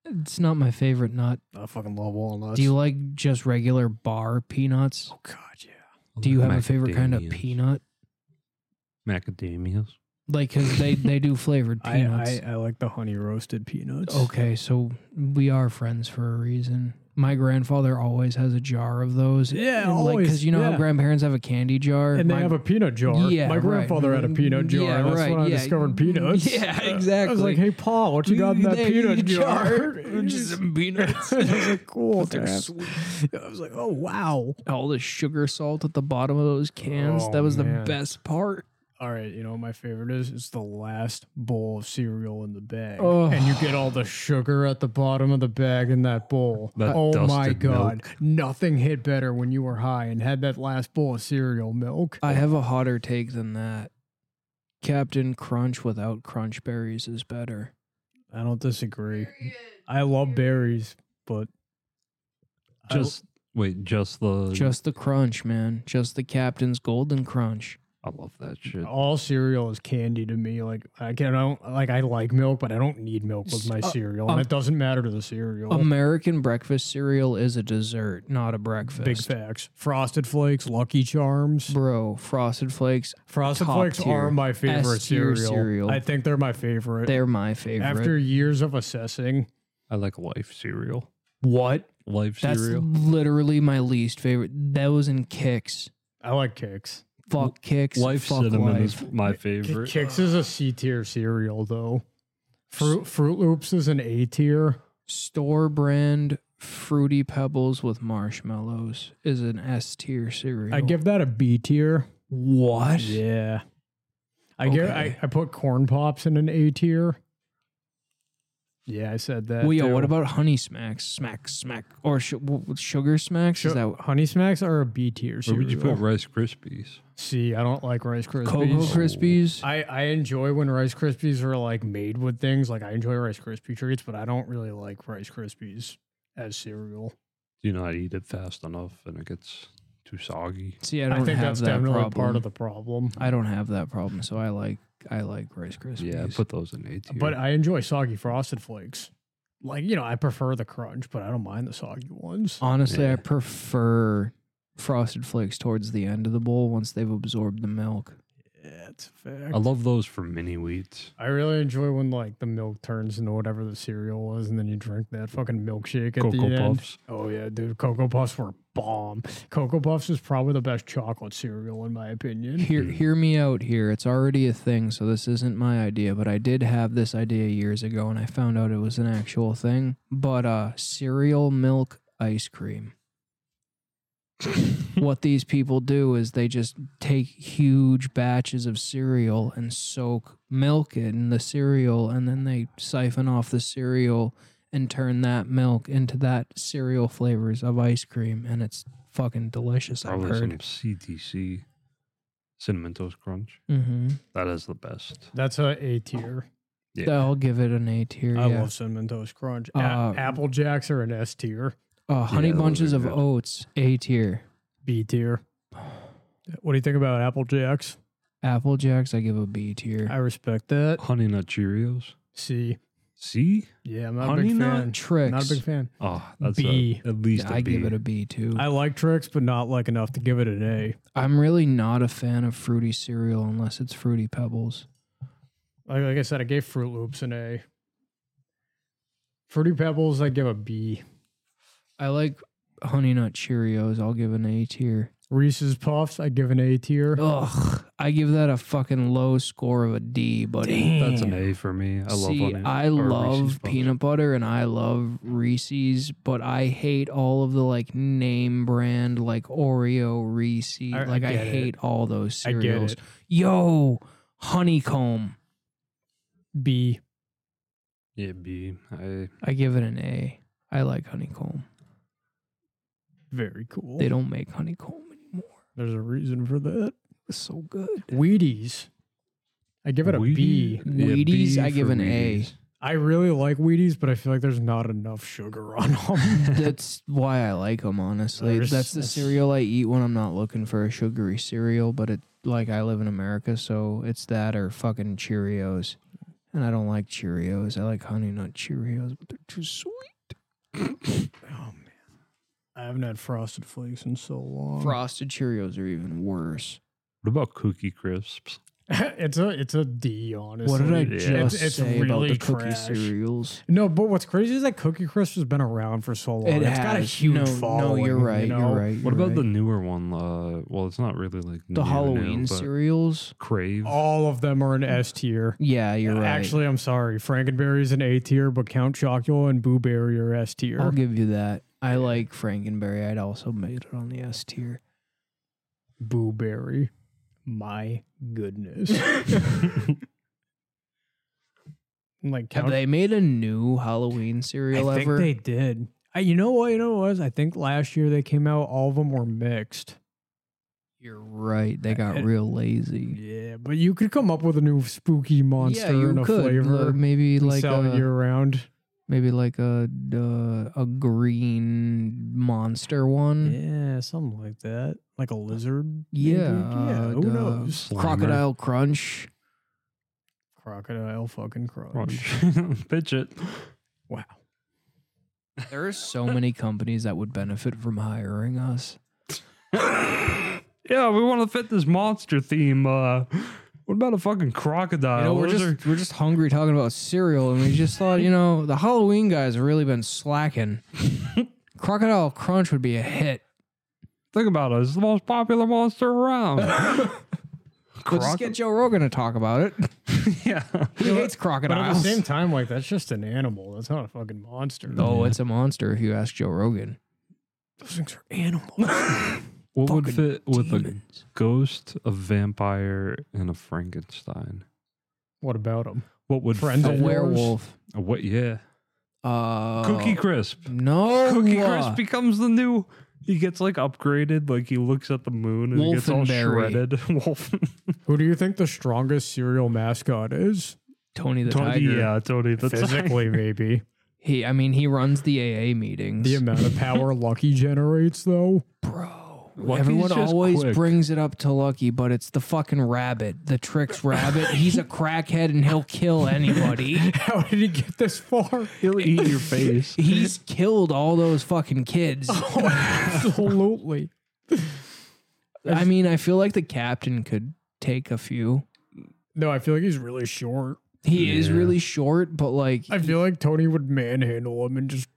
[SPEAKER 2] It's not my favorite nut.
[SPEAKER 1] I fucking love walnuts.
[SPEAKER 2] Do you like just regular bar peanuts?
[SPEAKER 1] oh, God, yeah.
[SPEAKER 2] Do you have a favorite kind of
[SPEAKER 3] Macadamias.
[SPEAKER 2] peanut?
[SPEAKER 3] Macadamias.
[SPEAKER 2] Like, cause they they do flavored
[SPEAKER 1] I,
[SPEAKER 2] peanuts. Oh,
[SPEAKER 1] I, I like the honey roasted peanuts.
[SPEAKER 2] Okay, so we are friends for a reason. My grandfather always has a jar of those.
[SPEAKER 1] Yeah,
[SPEAKER 2] And, like
[SPEAKER 1] always,
[SPEAKER 2] because you know
[SPEAKER 1] yeah.
[SPEAKER 2] how grandparents have a candy jar,
[SPEAKER 1] And they
[SPEAKER 2] My-
[SPEAKER 1] have a peanut jar.
[SPEAKER 2] Yeah,
[SPEAKER 1] my
[SPEAKER 2] right. Mm,
[SPEAKER 1] grandfather had a peanut jar.
[SPEAKER 2] Yeah,
[SPEAKER 1] and that's when I
[SPEAKER 2] right, yeah.
[SPEAKER 1] discovered peanuts.
[SPEAKER 2] Yeah,
[SPEAKER 1] I was
[SPEAKER 2] exactly.
[SPEAKER 1] like, "Hey, Paul, what you got in that
[SPEAKER 2] Mm, They-
[SPEAKER 1] peanut jar?"
[SPEAKER 2] just some peanuts.
[SPEAKER 1] I was like, "Cool, Dad."
[SPEAKER 2] sweet.
[SPEAKER 1] I was like, "Oh wow!"
[SPEAKER 2] All the sugar salt at the bottom of those cans.
[SPEAKER 1] Oh,
[SPEAKER 2] that was
[SPEAKER 1] man.
[SPEAKER 2] the best part.
[SPEAKER 1] All right, you know what my favorite is? It's the last bowl of cereal in the bag,
[SPEAKER 2] Oh.
[SPEAKER 1] and you get all the sugar at the bottom of the bag in that bowl.
[SPEAKER 3] That
[SPEAKER 1] oh my
[SPEAKER 3] dusted
[SPEAKER 1] god, nothing hit better when you were high and had that last bowl of cereal milk.
[SPEAKER 2] I have a hotter take than that. Captain Crunch without crunch berries is better.
[SPEAKER 1] I don't disagree. I love berries, but I-
[SPEAKER 3] Just wait, just the
[SPEAKER 2] Just the crunch, man. Just the Captain's Golden Crunch.
[SPEAKER 3] I love that shit.
[SPEAKER 2] Oh.
[SPEAKER 1] all cereal is candy to me. Like I can, I don't like I like milk, but I don't need milk with my
[SPEAKER 2] Uh,
[SPEAKER 1] cereal,
[SPEAKER 2] um,
[SPEAKER 1] and it doesn't matter to the cereal.
[SPEAKER 2] American breakfast cereal is a dessert, not a breakfast.
[SPEAKER 1] Big facts. Frosted Flakes, Lucky Charms.
[SPEAKER 2] Bro, Frosted Flakes,
[SPEAKER 1] Frosted
[SPEAKER 2] top
[SPEAKER 1] Flakes
[SPEAKER 2] tier,
[SPEAKER 1] are my favorite
[SPEAKER 2] S-tier
[SPEAKER 1] cereal.
[SPEAKER 2] cereal.
[SPEAKER 1] I think they're my favorite.
[SPEAKER 2] they're my favorite.
[SPEAKER 1] After years of assessing,
[SPEAKER 3] I like life cereal.
[SPEAKER 2] what?
[SPEAKER 3] Life
[SPEAKER 2] That's
[SPEAKER 3] cereal.
[SPEAKER 2] literally my least favorite. That was in Kicks.
[SPEAKER 1] I like Kix.
[SPEAKER 2] Fuck Kicks.
[SPEAKER 3] Life
[SPEAKER 2] fuck
[SPEAKER 3] cinnamon
[SPEAKER 2] life.
[SPEAKER 3] is my favorite.
[SPEAKER 1] Kix is a C tier cereal though. Fruit Fruit Loops is an A tier.
[SPEAKER 2] Store brand Fruity Pebbles with Marshmallows is an S tier cereal.
[SPEAKER 1] I give that a B tier.
[SPEAKER 2] what?
[SPEAKER 1] Yeah. I give I,
[SPEAKER 2] Okay.
[SPEAKER 1] I put corn pops in an A tier. Yeah, I said that.
[SPEAKER 2] Well, yeah.
[SPEAKER 1] too.
[SPEAKER 2] What about Honey Smacks? Smack, smack, or sh- w- Sugar Smacks?
[SPEAKER 1] Shu-
[SPEAKER 2] is that
[SPEAKER 1] Honey Smacks are a B tier
[SPEAKER 3] Where would you put
[SPEAKER 1] cereal.
[SPEAKER 3] Rice Krispies?
[SPEAKER 1] See, I don't like Rice Krispies.
[SPEAKER 2] Cocoa Krispies?
[SPEAKER 1] I, I enjoy when Rice Krispies are like made with things. Like I enjoy Rice Krispie treats, but I don't really like Rice Krispies as cereal.
[SPEAKER 3] Do you not eat it fast enough and it gets too soggy?
[SPEAKER 2] See, I
[SPEAKER 1] I,
[SPEAKER 2] don't
[SPEAKER 1] think
[SPEAKER 2] have
[SPEAKER 1] that's
[SPEAKER 2] that
[SPEAKER 1] definitely
[SPEAKER 2] problem.
[SPEAKER 1] part of the problem.
[SPEAKER 2] I don't have that problem, so I like I like Rice Krispies.
[SPEAKER 3] Yeah, put those in A tier.
[SPEAKER 1] But I enjoy soggy frosted flakes. Like, you know, I prefer the crunch, but I don't mind the soggy ones.
[SPEAKER 2] honestly,
[SPEAKER 3] Yeah.
[SPEAKER 2] I prefer Frosted Flakes towards the end of the bowl once they've absorbed the milk.
[SPEAKER 1] Yeah, it's a fact.
[SPEAKER 3] I love those for mini wheats.
[SPEAKER 1] I really enjoy when like the milk turns into whatever the cereal was, and then you drink that fucking milkshake at the
[SPEAKER 3] Cocoa
[SPEAKER 1] end.
[SPEAKER 3] Puffs.
[SPEAKER 1] Oh yeah, dude, Cocoa Puffs were a bomb. Cocoa Puffs is probably the best chocolate cereal in my opinion.
[SPEAKER 3] Mm-hmm.
[SPEAKER 2] Hear hear me out here. It's already a thing, so this isn't my idea, but I did have this idea years ago and I found out it was an actual thing. But uh cereal milk ice cream. what these people do is they just take huge batches of cereal and soak milk in the cereal and then they siphon off the cereal and turn that milk into that cereal flavors of ice cream and it's fucking delicious I've
[SPEAKER 3] Probably some
[SPEAKER 2] heard.
[SPEAKER 3] CTC. Cinnamon Toast Crunch.
[SPEAKER 2] Mhm.
[SPEAKER 3] That is the best.
[SPEAKER 1] That's a A tier.
[SPEAKER 3] Yeah.
[SPEAKER 2] I'll give it an A tier.
[SPEAKER 1] I
[SPEAKER 2] yeah.
[SPEAKER 1] love cinnamon toast crunch. A-
[SPEAKER 2] Uh,
[SPEAKER 1] Apple Jacks are an S tier,
[SPEAKER 2] uh, honey
[SPEAKER 3] Yeah, those
[SPEAKER 2] bunches
[SPEAKER 3] are
[SPEAKER 2] of
[SPEAKER 3] good.
[SPEAKER 2] oats, A tier.
[SPEAKER 1] B tier. What do you think about Apple Jacks?
[SPEAKER 2] Apple Jacks, I give a B tier.
[SPEAKER 1] I respect that.
[SPEAKER 3] Honey Nut Cheerios.
[SPEAKER 1] C.
[SPEAKER 3] See?
[SPEAKER 1] Yeah, I'm not a
[SPEAKER 3] Honey
[SPEAKER 1] big
[SPEAKER 3] Nut
[SPEAKER 1] fan.
[SPEAKER 2] Tricks,
[SPEAKER 1] Not a big fan.
[SPEAKER 3] Oh, that's a-
[SPEAKER 1] B.
[SPEAKER 3] at least
[SPEAKER 2] I
[SPEAKER 3] I
[SPEAKER 2] give it a B too.
[SPEAKER 1] I like tricks, but not like enough to give it an A.
[SPEAKER 2] I'm really not a fan of fruity cereal unless it's Fruity Pebbles.
[SPEAKER 1] Like, like I said, I gave Fruit Loops an A. Fruity Pebbles, I give a B.
[SPEAKER 2] I like Honey Nut Cheerios. I'll give an A tier.
[SPEAKER 1] Reese's Puffs, I give an A tier.
[SPEAKER 2] Ugh, I give that a fucking low score of a D, buddy.
[SPEAKER 3] That's an A for me. I love
[SPEAKER 2] See,
[SPEAKER 3] honey.
[SPEAKER 2] I
[SPEAKER 3] or Reese's
[SPEAKER 2] love
[SPEAKER 3] Puffs.
[SPEAKER 2] peanut butter and I love Reese's, but I hate all of the like name brand like Oreo, Reese's.
[SPEAKER 1] I- I
[SPEAKER 2] like I,
[SPEAKER 1] get it.
[SPEAKER 2] hate all those
[SPEAKER 1] I get
[SPEAKER 2] cereals.
[SPEAKER 1] it.
[SPEAKER 2] Yo, honeycomb.
[SPEAKER 1] B.
[SPEAKER 3] Yeah, B. I
[SPEAKER 2] I give it an A. I like honeycomb.
[SPEAKER 1] Very cool.
[SPEAKER 2] They don't make honeycomb anymore.
[SPEAKER 1] There's a reason for that.
[SPEAKER 2] It's so good.
[SPEAKER 1] Wheaties. I give it a B. I
[SPEAKER 3] Wheaties? Yeah,
[SPEAKER 2] Wheaties,
[SPEAKER 3] B
[SPEAKER 2] I give
[SPEAKER 3] for
[SPEAKER 2] an A.
[SPEAKER 3] Wheaties.
[SPEAKER 1] really like Wheaties, but I feel like there's not enough sugar on them.
[SPEAKER 2] That's why I like them, honestly.
[SPEAKER 1] There's-
[SPEAKER 2] That's the cereal I eat when I'm not looking for a sugary cereal, but it like I live in America, so it's that or fucking Cheerios. And I don't like Cheerios. I like honey nut Cheerios, but they're too sweet.
[SPEAKER 1] oh man. I haven't had frosted flakes in so long.
[SPEAKER 2] Frosted Cheerios are even worse.
[SPEAKER 3] What about Cookie Crisps?
[SPEAKER 1] it's a it's a D, honestly.
[SPEAKER 2] what did I
[SPEAKER 3] yeah.
[SPEAKER 2] just
[SPEAKER 1] It's- it's
[SPEAKER 2] say about
[SPEAKER 1] really
[SPEAKER 2] the cookie
[SPEAKER 1] trash.
[SPEAKER 2] cereals?
[SPEAKER 1] No, but what's crazy is that Cookie Crisp has been around for so long.
[SPEAKER 2] It
[SPEAKER 1] has got a
[SPEAKER 2] has.
[SPEAKER 1] huge
[SPEAKER 2] No, no,
[SPEAKER 1] following.
[SPEAKER 2] you're right,
[SPEAKER 1] You
[SPEAKER 2] you're
[SPEAKER 1] know?
[SPEAKER 2] right.
[SPEAKER 3] What
[SPEAKER 2] You're
[SPEAKER 3] about the
[SPEAKER 2] right.
[SPEAKER 3] newer one? Uh, well, it's not really like
[SPEAKER 2] The
[SPEAKER 3] new, new,
[SPEAKER 2] Halloween
[SPEAKER 3] but
[SPEAKER 2] cereals?
[SPEAKER 3] Crave.
[SPEAKER 1] All of them are an S tier.
[SPEAKER 2] Yeah, you're right.
[SPEAKER 1] Actually, I'm sorry. Frankenberry's an A tier, but Count Chocula and Boo Berry are S
[SPEAKER 2] I'll
[SPEAKER 1] tier.
[SPEAKER 2] give you that. I like Frankenberry. I'd also made it on the S tier.
[SPEAKER 1] Boo Berry. My goodness. like
[SPEAKER 2] Have
[SPEAKER 1] Count
[SPEAKER 2] they made a new Halloween cereal
[SPEAKER 1] I think
[SPEAKER 2] ever?
[SPEAKER 1] they did. I, you know what? You know what it was? I think last year they came out. All of them were mixed.
[SPEAKER 2] You're right. They got
[SPEAKER 1] I-
[SPEAKER 2] real lazy.
[SPEAKER 1] Yeah, but you could come up with a new spooky monster
[SPEAKER 2] you
[SPEAKER 1] and a
[SPEAKER 2] could,
[SPEAKER 1] flavor.
[SPEAKER 2] uh, maybe
[SPEAKER 1] and
[SPEAKER 2] like
[SPEAKER 1] sell it year
[SPEAKER 2] a,
[SPEAKER 1] round.
[SPEAKER 2] maybe like a uh, a green monster one.
[SPEAKER 1] Yeah, something like that. Like a lizard. maybe?
[SPEAKER 2] Yeah.
[SPEAKER 1] yeah.
[SPEAKER 2] uh,
[SPEAKER 1] Who
[SPEAKER 2] duh.
[SPEAKER 1] knows?
[SPEAKER 2] Crocodile Crunch.
[SPEAKER 1] Crocodile fucking crunch.
[SPEAKER 3] Oh, Pitch it.
[SPEAKER 1] Wow.
[SPEAKER 2] There are so many companies that would benefit from hiring us.
[SPEAKER 3] Yeah, we want to fit this monster theme. Uh, what about a fucking crocodile?
[SPEAKER 1] Uh,
[SPEAKER 2] You know, we're
[SPEAKER 3] Those are-
[SPEAKER 2] just we're just hungry talking about cereal, and we just thought, you know, the Halloween guys have really been slacking. Crocodile Crunch would be a hit.
[SPEAKER 3] think about it. It's the most popular monster around.
[SPEAKER 2] We'll just get Joe Rogan to talk about it.
[SPEAKER 3] yeah.
[SPEAKER 2] He hates
[SPEAKER 1] But at the
[SPEAKER 2] crocodiles.
[SPEAKER 1] same time, like that's just an animal. That's not a fucking monster.
[SPEAKER 2] oh, it's a monster if you ask Joe Rogan.
[SPEAKER 1] those things are animals.
[SPEAKER 3] What would
[SPEAKER 2] Fucking
[SPEAKER 3] fit with
[SPEAKER 2] demons.
[SPEAKER 3] a ghost, a vampire, and a Frankenstein?
[SPEAKER 1] what about them?
[SPEAKER 3] What would
[SPEAKER 1] Friend
[SPEAKER 2] A
[SPEAKER 1] Is it
[SPEAKER 3] fit?
[SPEAKER 1] yours?
[SPEAKER 2] werewolf.
[SPEAKER 3] A what? Yeah,
[SPEAKER 2] Uh,
[SPEAKER 3] Cookie Crisp.
[SPEAKER 2] No.
[SPEAKER 3] Cookie
[SPEAKER 2] uh,
[SPEAKER 3] Crisp becomes the new. He gets like upgraded. Like he looks at the moon and he gets all
[SPEAKER 2] Wolfenberry.
[SPEAKER 3] shredded. Wolf.
[SPEAKER 1] Who do you think the strongest serial mascot is?
[SPEAKER 2] Tony the
[SPEAKER 3] Tony,
[SPEAKER 2] Tiger.
[SPEAKER 3] yeah, Tony. The Tiger.
[SPEAKER 1] Physically, maybe.
[SPEAKER 2] He, I mean, he runs the AA meetings.
[SPEAKER 1] The amount of power Lucky generates, though.
[SPEAKER 2] Bro.
[SPEAKER 3] Lucky's
[SPEAKER 2] Everyone
[SPEAKER 3] just
[SPEAKER 2] always
[SPEAKER 3] quick.
[SPEAKER 2] brings it up to Lucky, but it's the fucking rabbit, the tricks rabbit. He's a crackhead and he'll kill anybody.
[SPEAKER 1] How did he get this far?
[SPEAKER 3] He'll eat your face.
[SPEAKER 2] He's killed all those fucking kids.
[SPEAKER 1] Oh, Absolutely.
[SPEAKER 2] I mean, I feel like the captain could take a few.
[SPEAKER 1] No, I feel like he's really short.
[SPEAKER 2] He is
[SPEAKER 3] Yeah.
[SPEAKER 2] really short, but like,
[SPEAKER 1] I feel like Tony would manhandle him and just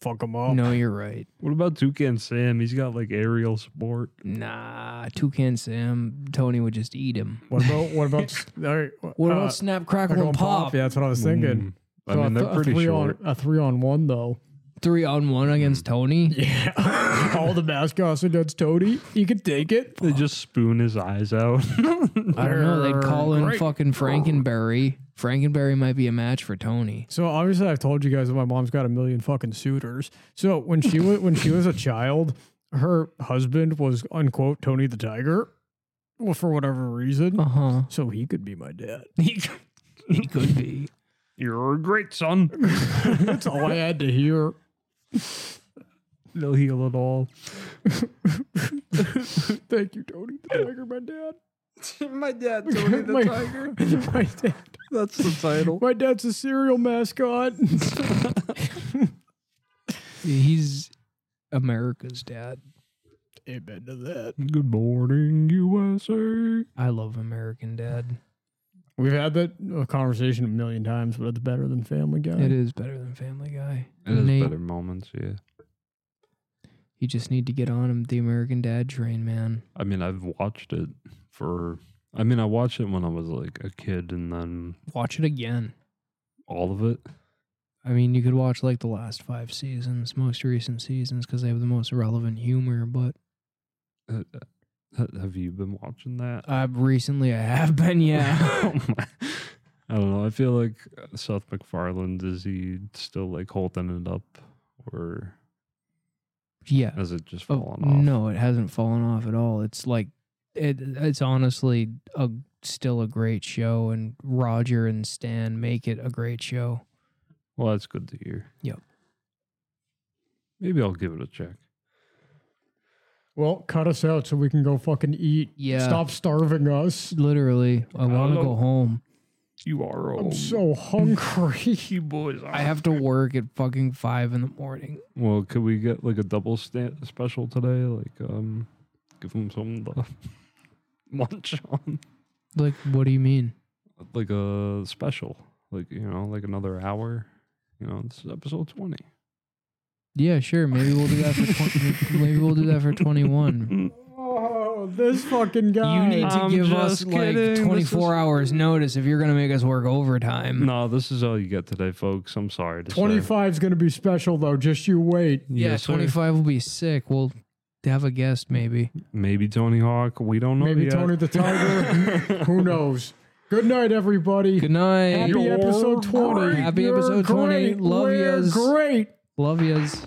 [SPEAKER 1] fuck him up.
[SPEAKER 2] no, you're right.
[SPEAKER 3] What about Toucan Sam? He's got like aerial sport.
[SPEAKER 2] Mm. Nah, Toucan Sam, Tony would just eat him.
[SPEAKER 1] What about what about all right,
[SPEAKER 2] What
[SPEAKER 1] uh,
[SPEAKER 2] about Snap Crackle
[SPEAKER 1] Crackle
[SPEAKER 2] and Pop?
[SPEAKER 1] Yeah, that's what I was thinking.
[SPEAKER 3] Mm. I
[SPEAKER 1] So
[SPEAKER 3] mean,
[SPEAKER 1] a
[SPEAKER 3] they're
[SPEAKER 1] th- a
[SPEAKER 3] pretty
[SPEAKER 1] three
[SPEAKER 3] short.
[SPEAKER 1] On, a three on one though.
[SPEAKER 2] Three on one against Tony.
[SPEAKER 1] Yeah, all the mascots against Tony. You could take it.
[SPEAKER 3] They just spoon his eyes out.
[SPEAKER 2] I don't know. They'd call in
[SPEAKER 1] Great.
[SPEAKER 2] fucking Frankenberry. Frankenberry might be a match for Tony.
[SPEAKER 1] So obviously, I've told you guys that my mom's got a million fucking suitors. So when she was when she was a child, her husband was unquote Tony the Tiger, well, for whatever reason.
[SPEAKER 2] Uh huh.
[SPEAKER 3] Uh-huh.
[SPEAKER 1] So he could be my dad.
[SPEAKER 2] He, c- he could be.
[SPEAKER 3] You're a great son.
[SPEAKER 1] That's all I had to hear.
[SPEAKER 3] They'll heal it all.
[SPEAKER 1] Thank you, Tony the Tiger, my dad.
[SPEAKER 3] My dad,
[SPEAKER 1] my, my dad.
[SPEAKER 3] That's the title.
[SPEAKER 1] My dad's a cereal mascot.
[SPEAKER 2] He's America's dad.
[SPEAKER 1] Amen to that.
[SPEAKER 3] Good morning, USA.
[SPEAKER 2] I love American Dad.
[SPEAKER 1] We've had that uh, conversation a million times, but it's better than Family Guy.
[SPEAKER 2] It is better than Family Guy.
[SPEAKER 3] It is
[SPEAKER 2] Nate,
[SPEAKER 3] better moments, yeah.
[SPEAKER 2] You just need to get on him, the American Dad train, man.
[SPEAKER 3] I mean, I've watched it for. I mean, I watched it when I was like a kid, and then
[SPEAKER 2] Watch it again.
[SPEAKER 3] all of it.
[SPEAKER 2] I mean, you could watch like the last five seasons, most recent seasons, because they have the most relevant humor. But
[SPEAKER 3] Uh, uh, Have you been watching that?
[SPEAKER 2] uh, recently, I have been, yeah.
[SPEAKER 3] Oh my- I don't know. I feel like Seth MacFarlane is he still like holding it up, or
[SPEAKER 2] yeah.
[SPEAKER 3] has it just
[SPEAKER 2] Oh,
[SPEAKER 3] fallen off?
[SPEAKER 2] no, it hasn't fallen off at all. It's like it. It's honestly a still a great show, and Roger and Stan make it a great show.
[SPEAKER 3] Well, that's good to hear.
[SPEAKER 2] Yep.
[SPEAKER 3] Maybe I'll give it a check.
[SPEAKER 1] Well, cut us out so we can go fucking eat.
[SPEAKER 2] Yeah.
[SPEAKER 1] Stop starving us.
[SPEAKER 2] Literally, I want to
[SPEAKER 3] Hello.
[SPEAKER 2] go home.
[SPEAKER 3] You are
[SPEAKER 1] I'm so hungry.
[SPEAKER 3] you boys.
[SPEAKER 2] I have to work at fucking five in the morning.
[SPEAKER 3] Well, could we get like a double sta- special today? Like, um, give them something to munch on,
[SPEAKER 2] Like, what do you mean?
[SPEAKER 3] like a special, like you know, like another hour. You know, this is episode twenty.
[SPEAKER 2] Yeah, sure. Maybe we'll do that for 20, maybe we'll do that for twenty one.
[SPEAKER 1] oh, this fucking
[SPEAKER 2] You
[SPEAKER 1] guy.
[SPEAKER 2] need to
[SPEAKER 3] I'm
[SPEAKER 2] give us
[SPEAKER 3] just kidding.
[SPEAKER 2] like
[SPEAKER 3] This
[SPEAKER 2] 24
[SPEAKER 3] is-
[SPEAKER 2] hours notice if you're going to make us work overtime.
[SPEAKER 3] No, this is all you get today, folks. I'm sorry. To say.
[SPEAKER 1] 25 is going to be special, though. Just you wait.
[SPEAKER 2] yeah,
[SPEAKER 3] Yes, sir.
[SPEAKER 2] 25 will be sick. We'll have a guest maybe.
[SPEAKER 3] Maybe Tony Hawk. We don't know.
[SPEAKER 1] Maybe
[SPEAKER 3] yet.
[SPEAKER 1] Tony the Tiger. Who knows? Good night, everybody.
[SPEAKER 2] Good night.
[SPEAKER 1] Happy episode
[SPEAKER 3] You're
[SPEAKER 1] 20.
[SPEAKER 2] Happy
[SPEAKER 1] You're
[SPEAKER 2] episode 20.
[SPEAKER 1] great.
[SPEAKER 2] Love
[SPEAKER 1] We're
[SPEAKER 2] yous.
[SPEAKER 1] great.
[SPEAKER 2] Love yous.